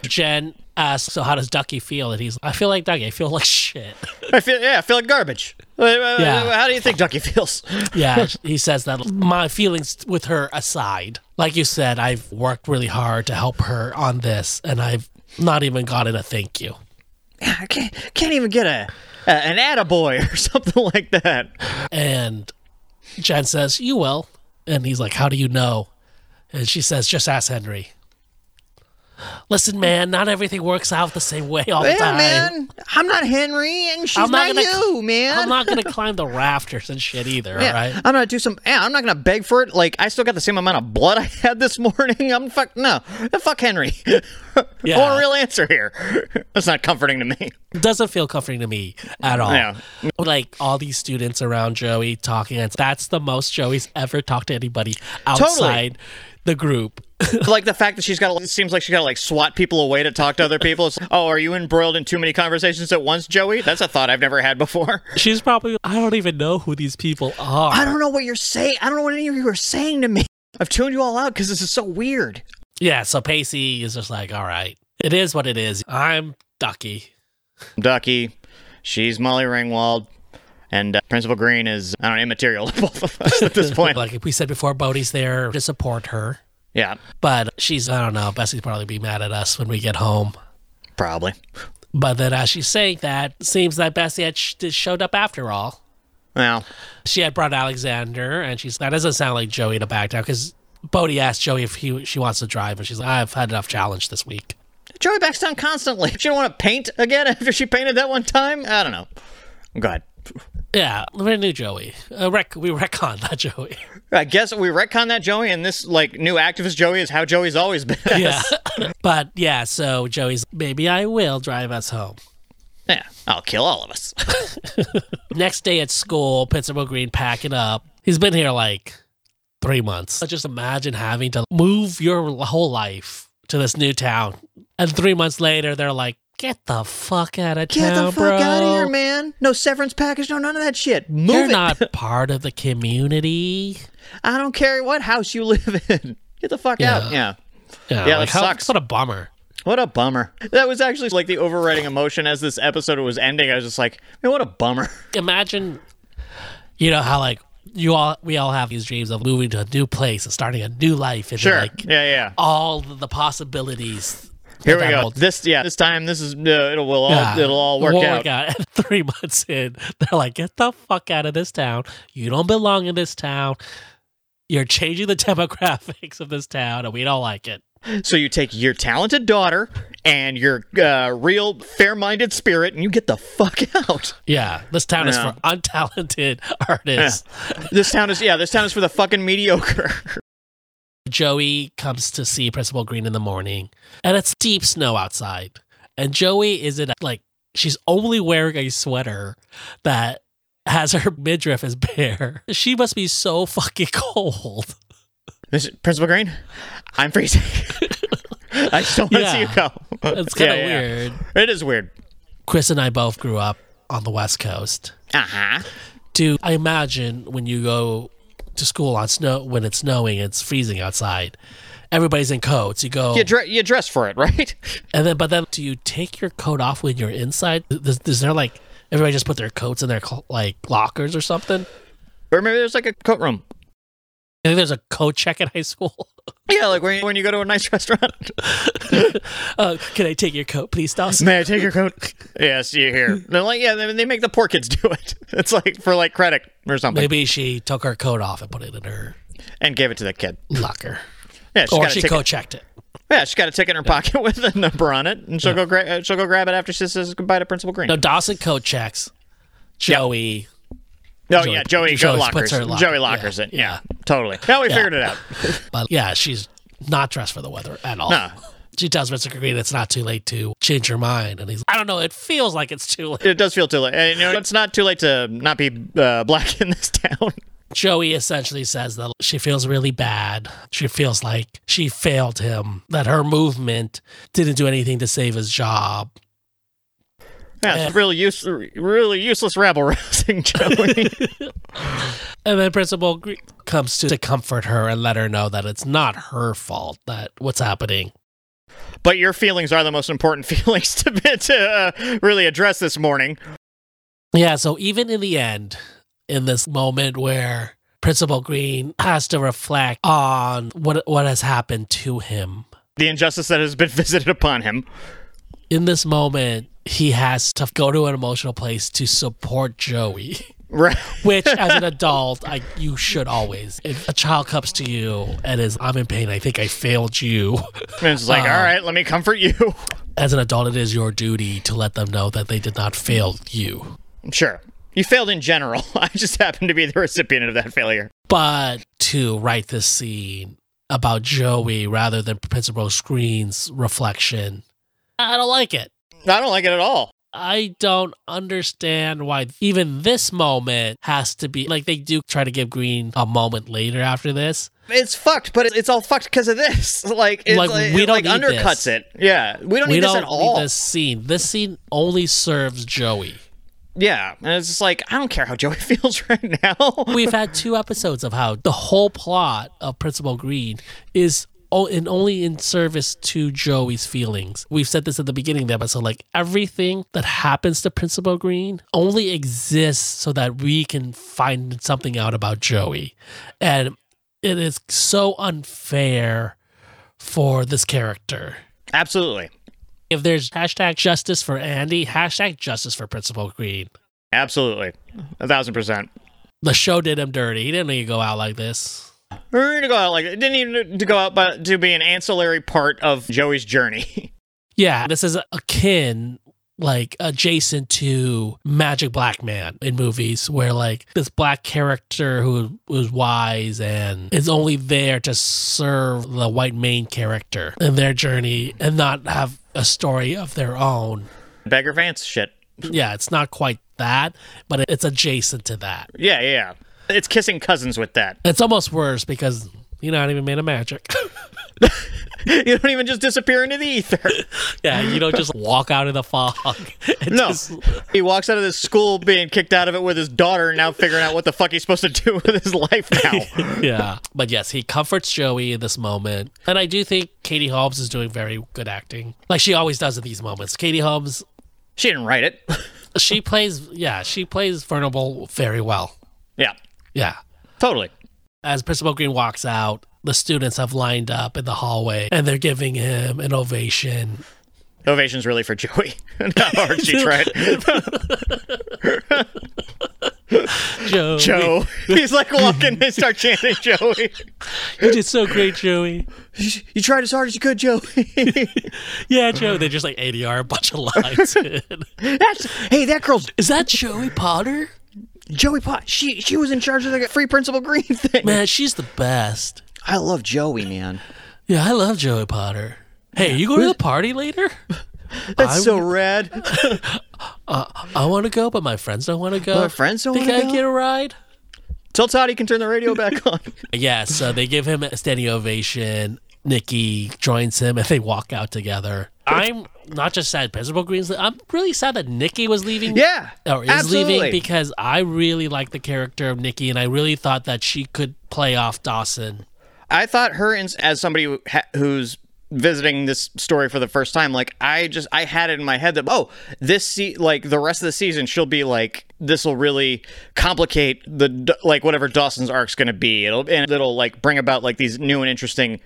Jen asks, So, how does Ducky feel? And he's, I feel like Ducky, I feel like shit.
I feel. Yeah. I feel like garbage. Uh, uh,
Yeah.
How do you think Ducky feels?
Yeah, he says that my feelings with her aside, like you said, I've worked really hard to help her on this, and I've not even gotten a thank you.
I can't, can't even get a, a an attaboy or something like that.
And Jen says, You will. And he's like, How do you know? And she says, Just ask Henry. Listen, man, not everything works out the same way all the
Yeah,
time.
man. I'm not Henry, and she's not, you, man.
I'm not gonna climb the rafters and shit either,
Yeah,
all right?
I'm gonna do some. Yeah, I'm not gonna beg for it. Like I still got the same amount of blood I had this morning. I'm fuck no, fuck Henry. I want
Yeah.
a real answer here. That's not comforting to me.
doesn't feel comforting to me at all.
Yeah.
Like all these students around Joey talking, and that's the most Joey's ever talked to anybody outside the group.
like the fact that she's got. It seems like she got to like swat people away to talk to other people. It's, oh, are you embroiled in too many conversations at once, Joey? That's a thought I've never had before.
She's probably I don't even know who these people are.
I don't know what you're saying. I don't know what any of you are saying to me. I've tuned you all out because this is so weird.
yeah, so Pacey is just like, all right, it is what it is. I'm Ducky.
Ducky, she's Molly Ringwald, and uh, Principal Green is I don't know, immaterial to both of us at this point.
Like we said before, Bodie's there to support her.
yeah,
But she's I don't know, Bessie's probably be mad at us when we get home.
probably.
But then as she's saying that, seems that Bessie had sh- showed up after all.
Well,
she had brought Alexander, and she's that doesn't sound like Joey to back down because Bodie asked Joey if he she wants to drive, and she's like, I've had enough challenge this week.
Joey backs down constantly. She don't want to paint again after she painted that one time. I don't know. Go ahead.
Yeah, we knew Joey. Uh, rec- we retcon that Joey.
I guess we retcon that Joey, and this like new activist Joey is how Joey's always been.
Yeah, but yeah, so Joey's maybe I will drive us home.
yeah, I'll kill all of us.
Next day at school, Pittsburgh Green packing up. He's been here like three months. Just imagine having to move your whole life to this new town, and three months later, they're like, "Get the fuck out of town, bro.
man! No severance package, no none of that shit. Move
You're not part of the community.
I don't care what house you live in. Get the fuck out. Yeah. that
how-
sucks.
What a bummer.
What a bummer. That was actually like the overriding emotion as this episode was ending. I was just like, man, what a bummer.
Imagine, you know how like you all we all have these dreams of moving to a new place and starting a new life and
Sure.
like
yeah, yeah.
all the possibilities.
Here
that
we go.
will-
This yeah, this time this is uh, it'll will all
Yeah,
it'll all work
won't
out.
And Three months in, they're like, "Get the fuck out of this town. You don't belong in this town. You're changing the demographics of this town, and we don't like it."
So you take your talented daughter and your uh, real fair-minded spirit, and you get the fuck out.
Yeah, this town is
Yeah.
for untalented artists.
This town is yeah. This town is for the fucking mediocre.
Joey comes to see Principal Green in the morning, and it's deep snow outside. And Joey is in like she's only wearing a sweater that has her midriff as bare. She must be so fucking cold.
This Principal Green, I'm freezing. I just don't want to see you
Yeah.
go.
It's kind of
Yeah, yeah.
weird.
It is weird.
Chris and I both grew up on the West Coast.
Uh huh.
Dude, I imagine when you go to school on snow when it's snowing, it's freezing outside. Everybody's in coats. You go
You, dre- you dress for it, right?
And then, but then, do you take your coat off when you're inside? Is, is there like everybody just put their coats in their cl- like lockers or something?
Or maybe there's like a coat room.
I think there's a coat check at high school.
Yeah, like when you, when you go to a nice restaurant.
uh, can I take your coat, please, Dawson?
May I take your coat? yes, you here. They're like, yeah, they, they make the poor kids do it. It's like for like credit or something,
Maybe she took her coat off and put it in her
and gave it to the kid.
locker,
Yeah, she's
or
got a
she
ticket.
coat checked it.
Oh, Yeah, she's got a ticket in her pocket with a number on it, and she'll go. Gra- uh, she'll go grab it after she says goodbye to Principal Green.
No, Dawson coat checks. Joey,
No,
Joey-
Oh, yeah,
Joey
Joey, Joey
puts
lockers.
her locker-
Joey lockers
yeah,
it. Yeah, totally. Now we figured it out.
but yeah, she's not dressed for the weather at all.
No.
She tells Mr. Green it's not too late to change your mind, and he's I don't know. It feels like it's too late.
It does feel too late. And, you know, it's not too late to not be uh, black in this town.
Joey essentially says that she feels really bad. She feels like she failed him, that her movement didn't do anything to save his job.
Yeah, it's really use, really useless rabble rousing, Joey.
And then Principal Gre- comes to, to comfort her and let her know that it's not her fault that what's happening.
but your feelings are the most important feelings to be, to uh, really address this morning.
Yeah, so even in the end, in this moment where Principal Green has to reflect on what what has happened to him,
The injustice that has been visited upon him.
in this moment he has to go to an emotional place to support Joey.
Right.
Which, as an adult, I, you should always. If a child comes to you and is, I'm in pain, I think I failed you.
And it's
Uh.
like, all right, let me comfort you.
As an adult, it is your duty to let them know that they did not fail you.
sure. You failed in general. I just happened to be the recipient of that failure.
But to write this scene about Joey rather than Principal Screen's reflection, I don't like it.
I don't like it at all.
I don't understand why even this moment has to be like they do try to give Green a moment later after this.
It's fucked, but it's all fucked because of this. Like, it's
Like,
like,
we
it,
don't
like
need
undercuts
this.
it. Yeah, we don't
We
need
don't
this at all.
need this scene. This scene only serves Joey.
Yeah, and it's just like I don't care how Joey feels right now.
We've had two episodes of how the whole plot of Principal Green is o- and only in service to Joey's feelings. We've said this at the beginning of the episode. Like everything that happens to Principal Green only exists so that we can find something out about Joey, and it is so unfair for this character.
Absolutely,
If there's hashtag justice for Andy, hashtag justice for Principal Green.
absolutely, a thousand percent.
The show did him dirty. He didn't need to go out like this.
We're gonna go out like it didn't even to go out, but to be an ancillary part of Joey's journey.
Yeah, this is akin, like adjacent to Magic Black Man in movies, where like this black character who was wise and is only there to serve the white main character in their journey and not have a story of their own.
Beggar Vance shit.
Yeah, it's not quite that, but it's adjacent to that.
Yeah, yeah, yeah. It's kissing cousins with that.
It's almost worse because you're not even made of magic.
You don't even just disappear into the ether.
yeah, you don't just walk out of the fog. and
No,
just-
he walks out of this school being kicked out of it with his daughter, and now figuring out what the fuck he's supposed to do with his life now.
yeah. But yes, he comforts Joey in this moment. And I do think Katie Holmes is doing very good acting. Like she always does at these moments. Katie Holmes,
she didn't write it.
she plays, yeah, she plays Vernable very well.
Yeah,
Yeah.
totally.
As Principal Green walks out, the students have lined up in the hallway and they're giving him an ovation.
Ovation's really for Joey. Not Archie, right?
Joey.
Joe. He's like walking and start chanting Joey.
You did so great, Joey.
You tried as hard as you could, Joey.
Yeah, Joey. They just like ADR a bunch of lines. in.
That's hey, that girl's
Is that Joey Potter?
Joey Pot. She she was in charge of the free principal green thing.
Man, she's the best.
I love Joey, man.
Yeah, I love Joey Potter. Hey, you going to the party later?
That's so rad.
I want to go, but my friends don't want to go.
My friends don't
Think
wanna
I
go?
get a ride?
Tell Todd he can turn the radio back on.
Yeah, so they give him a standing ovation. Nikki joins him and they walk out together. I'm not just sad Principal Green's le- I'm really sad that Nikki was Oh, leaving.
Yeah,
Or is
absolutely.
leaving because I really like the character of Nikki and I really thought that she could play off Dawson.
I thought her and as somebody who ha- who's visiting this story for the first time, like I just I had it in my head that oh this se- like the rest of the season she'll be like this will really complicate the d- like whatever Dawson's arc's going to be. It'll and it'll like bring about like these new and interesting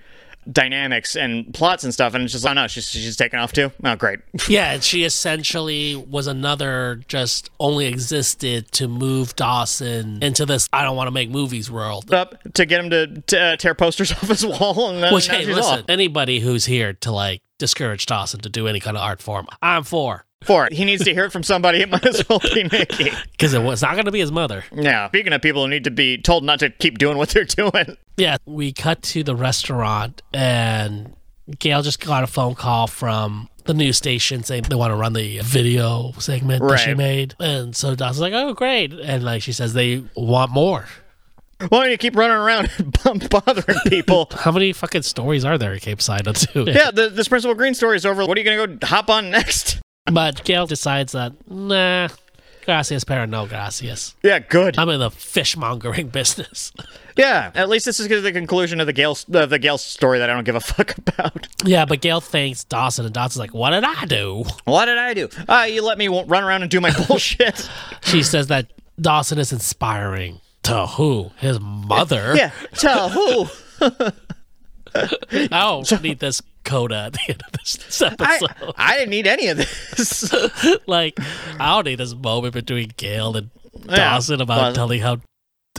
dynamics and plots and stuff. And it's just oh no, she's she's taking off too. Oh great,
Yeah, and she essentially was another just only existed to move Dawson into this I don't want to make movies world.
up to get him to, to uh, tear posters off his wall. And then
Which
now
hey,
she's
listen,
off.
anybody who's here to like discourage Dawson to do any kind of art form, I'm for.
for it. He needs to hear it from somebody. It might as well be Nikki.
Because it was not going to be his mother.
Yeah. Speaking of people who need to be told not to keep doing what they're doing.
Yeah, we cut to the restaurant, and Gail just got a phone call from the news station saying they want to run the video segment that she
Right.
made. And so Dawson's like, oh, great. And like she says, they want more.
Why don't you keep running around and bothering people?
How many fucking stories are there in Cape Sinai, too?
Yeah, the, this Principal Green story is over. What are you going to go hop on next?
But Gail decides that, nah, gracias, pero no gracias.
Yeah, good.
I'm in the fishmongering business.
Yeah, at least this is the conclusion of the Gale uh, the Gale story that I don't give a fuck about.
yeah, but Gail thanks Dawson, and Dawson's like, what did I do?
What did I do? Ah, you let me w- run around and do my bullshit.
She says that Dawson is inspiring. To who? His mother.
yeah, tell who?
I don't need this coda at the end of this, this
I,
episode.
I didn't need any of this.
like, I don't need this moment between Gail and
Yeah,
Dawson about
well-
telling how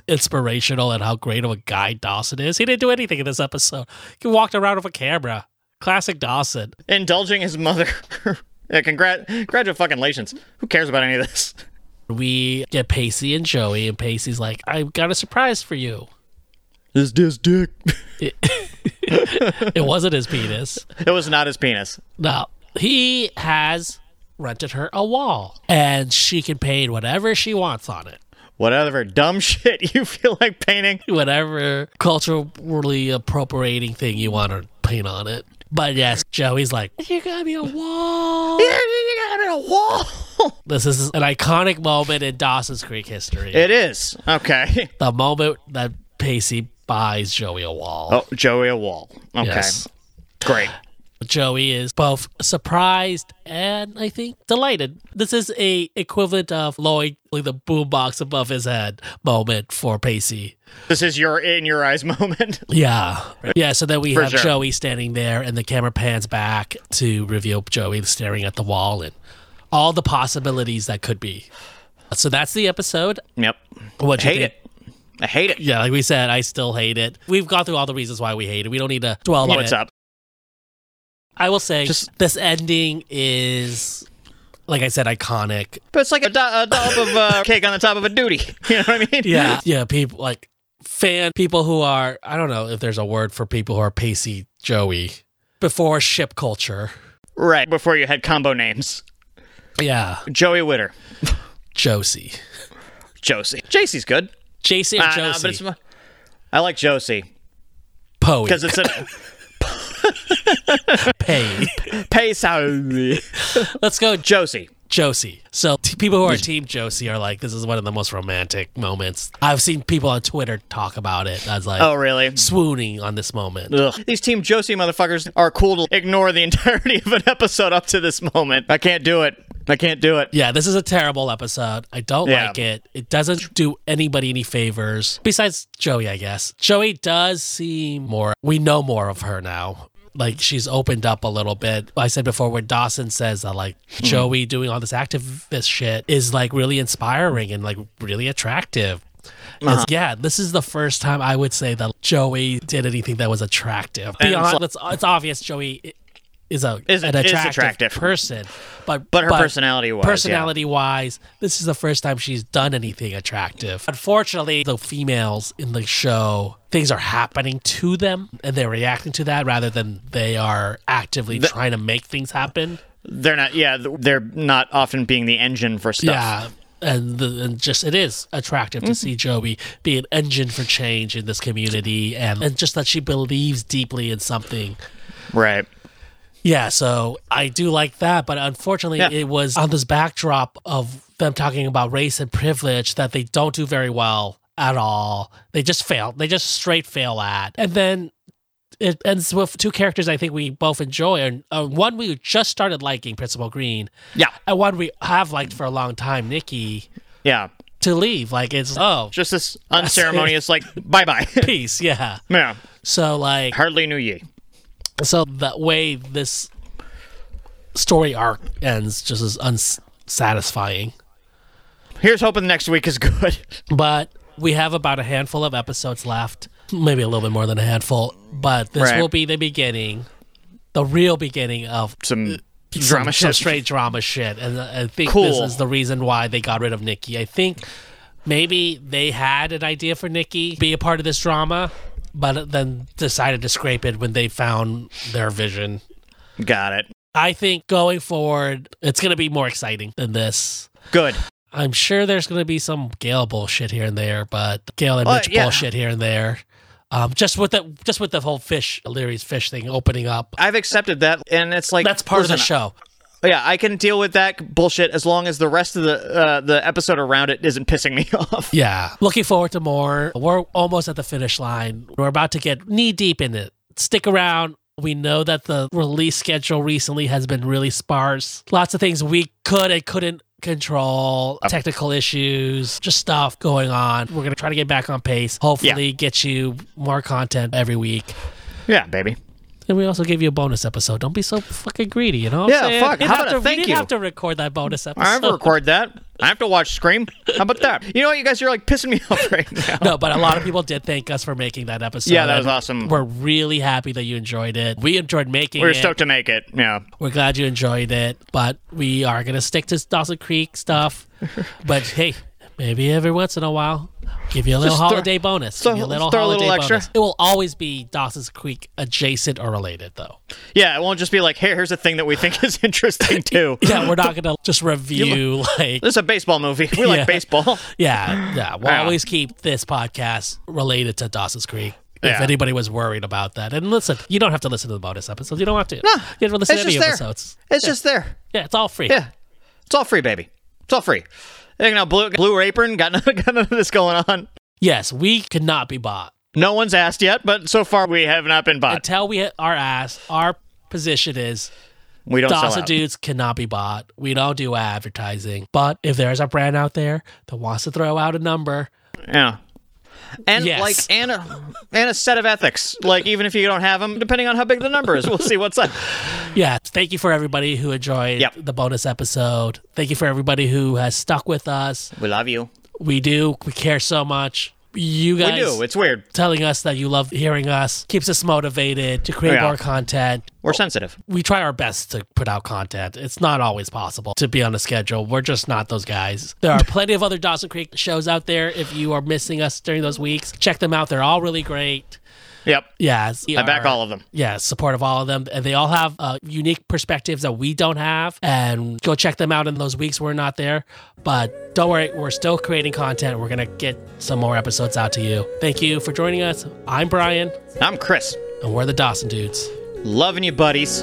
inspirational and how great of a guy Dawson is. He didn't do anything in this episode. He walked around with a camera. Classic Dawson.
Indulging his mother. yeah, congrat, congratulations. Who cares about any of this?
We get Pacey and Joey, and Pacey's like, I've got a surprise for you.
Is this dick?
It wasn't his penis.
It was not his penis.
No, he has rented her a wall, and she can paint whatever she wants on it.
Whatever dumb shit you feel like painting.
whatever culturally appropriating thing you want to paint on it. But yes, Joey's like, you got me a wall. This is an iconic moment in Dawson's Creek history.
It is. Okay.
the moment that Pacey buys Joey a wall.
Oh, Joey a wall. Okay.
Yes.
Great.
Joey is both surprised and I think delighted. This is a equivalent of Lloyd with the boombox above his head moment for Pacey.
This is your in your eyes moment.
Yeah. Yeah, so then we have
sure.
Joey standing there and the camera pans back to reveal Joey staring at the wall and all the possibilities that could be. So that's the episode.
Yep.
What
I
you
hate
think?
it. I hate it.
Yeah, like we said, I still hate it. We've gone through all the reasons why we hate it. We don't need to dwell on
What's
it.
up?
I will say
Just-
this ending is like I said, iconic.
But it's like a, do- a dollop of uh, cake on the top of a duty. You know what I mean?
Yeah. Yeah, people like fan people who are I don't know if there's a word for people who are pacey Joey before ship culture.
Right. Before you had combo names.
Yeah.
Joey Witter.
Josie.
Josie. Josie's good.
JC or
Ah, no,
Josie?
but it's, mo- I like Josie.
Poe.
Because it's a
Pay.
peso.
Let's go Jo-
Josie.
Josie. So t- people who are Team Josie are like, this is one of the most romantic moments. I've seen people on Twitter talk about it as like
Oh, really?
swooning on this moment.
Ugh. These Team Josie motherfuckers are cool to ignore the entirety of an episode up to this moment. I can't do it. I can't do it.
Yeah, this is a terrible episode. I don't
Yeah.
like it. It doesn't do anybody any favors. Besides Joey, I guess. Joey does seem more we know more of her now. Like she's opened up a little bit. I said before when Dawson says that like
Hmm.
Joey doing all this activist shit is like really inspiring and like really attractive.
Uh-huh.
Is, yeah, this is the first time I would say that Joey did anything that was attractive.
And it's
Beyond,
like-
it's, it's obvious Joey i- is a
Is-
an
is
attractive,
attractive.
person, but
But her personality-wise, yeah.
personality wise, this is the first time she's done anything attractive. Unfortunately, the females in the show. Things are happening to them, and they're reacting to that rather than they are actively trying to make things happen.
They're not. Yeah, th- they're not often being the engine for stuff.
Yeah. And, the, and just it is attractive
Mm-hmm.
to see Joey be an engine for change in this community and, and just that she believes deeply in something.
Right.
Yeah, so I do like that, but unfortunately,
Yeah.
it was on this backdrop of them talking about race and privilege that they don't do very well at all. They just fail. They just straight fail at. And then it ends with two characters I think we both enjoy, and uh, one we just started liking, Principal Green,
Yeah.
and one we have liked for a long time, Nikki.
Yeah.
to leave. Like it's oh
Just this unceremonious, like bye bye.
peace, yeah.
yeah.
So like
Hardly knew ye.
so the way this story arc ends just is unsatisfying.
Here's hoping next week is good.
But we have about a handful of episodes left, maybe a little bit more than a handful. But this
Right.
will be the beginning, the real beginning of
Some
some-
drama
some
shit.
straight drama shit. And uh, I think
Cool.
this is the reason why they got rid of Nikki. I think maybe they had an idea for Nikki be a part of this drama, but then decided to scrape it when they found their vision.
Got it.
I think going forward, it's going to be more exciting than this.
Good.
I'm sure there's going to be some Gale bullshit here and there, but Gale and
Oh,
Mitch
yeah.
bullshit here and there. Um, just with the just with the whole fish, Leary's fish thing opening up.
I've accepted that, and it's like
That's part of the
listen,
show.
Yeah, I can deal with that bullshit as long as the rest of the uh, the episode around it isn't pissing me off.
Yeah. Looking forward to more. We're almost at the finish line. We're about to get knee deep in it. Stick around. We know that the release schedule recently has been really sparse. Lots of things we could and couldn't control, technical issues, just stuff going on. We're going to try to get back on pace. Hopefully, get you more content every week.
Yeah, baby.
And we also give you a bonus episode. Don't be so fucking greedy, you know? what I'm
Yeah,
saying?
fuck.
We didn't
How about
have to,
a
we
thank
didn't
you?
have to record that bonus episode.
I have to record that. I have to watch Scream. How about that? You know what, you guys are like pissing me off right now.
No, but a lot of people did thank us for making that episode.
Yeah, that was
and
awesome.
We're really happy that you enjoyed it. We enjoyed making
We were
it.
stoked to make it. Yeah.
We're glad you enjoyed it, but we are going to stick to Dawson Creek stuff. but hey, maybe every once in a while, give you a little
Just throw-
holiday bonus.
throw-
give you a little
throw a
holiday
little extra.
bonus. It will always be Dawson's Creek adjacent or related, though.
Yeah, it won't just be like, here, here's a thing that we think is interesting too.
Yeah, we're not going to just review like.
This is a baseball movie. We
Yeah.
like baseball.
Yeah, yeah. We'll
Yeah.
always keep this podcast related to Dawson's Creek. If
Yeah.
anybody was worried about that, and listen, you don't have to listen to the bonus episodes. You don't have to. No, you don't have to listen
It's
to any
just there.
episodes.
It's just there.
Yeah, it's all free.
Yeah. It's all free, baby. It's all free. You know, blue blue apron, got none, got none of this going on.
Yes, we could not be bought
No one's asked yet, but so far we have not been bought.
until we hit our ass. Our position is
We don't sell
Dawson
out.
dudes cannot be bought. We don't do advertising. But if there's a brand out there that wants to throw out a number,
Yeah. And
Yes.
like and a, and a set of ethics. Like even if you don't have them, depending on how big the number is, we'll see what's up.
Yeah, thank you for everybody who enjoyed
Yep.
the bonus episode. Thank you for everybody who has stuck with us.
We love you.
We do. We care so much. You guys
We do. It's weird.
telling us that you love hearing us keeps us motivated to create
Yeah.
more content.
We're sensitive.
We try our best to put out content. It's not always possible to be on a schedule. We're just not those guys. There are plenty of other Dawson Creek shows out there. If you are missing us during those weeks, check them out. They're all really great.
Yep.
Yes.
I back all of them.
yeah, support of all of them. And they all have uh, unique perspectives that we don't have. And go check them out in those weeks we're not there. But don't worry, we're still creating content. We're going to get some more episodes out to you. Thank you for joining us. I'm Brian,
I'm Chris.
and we're the Dawson Dudes.
Loving you, buddies.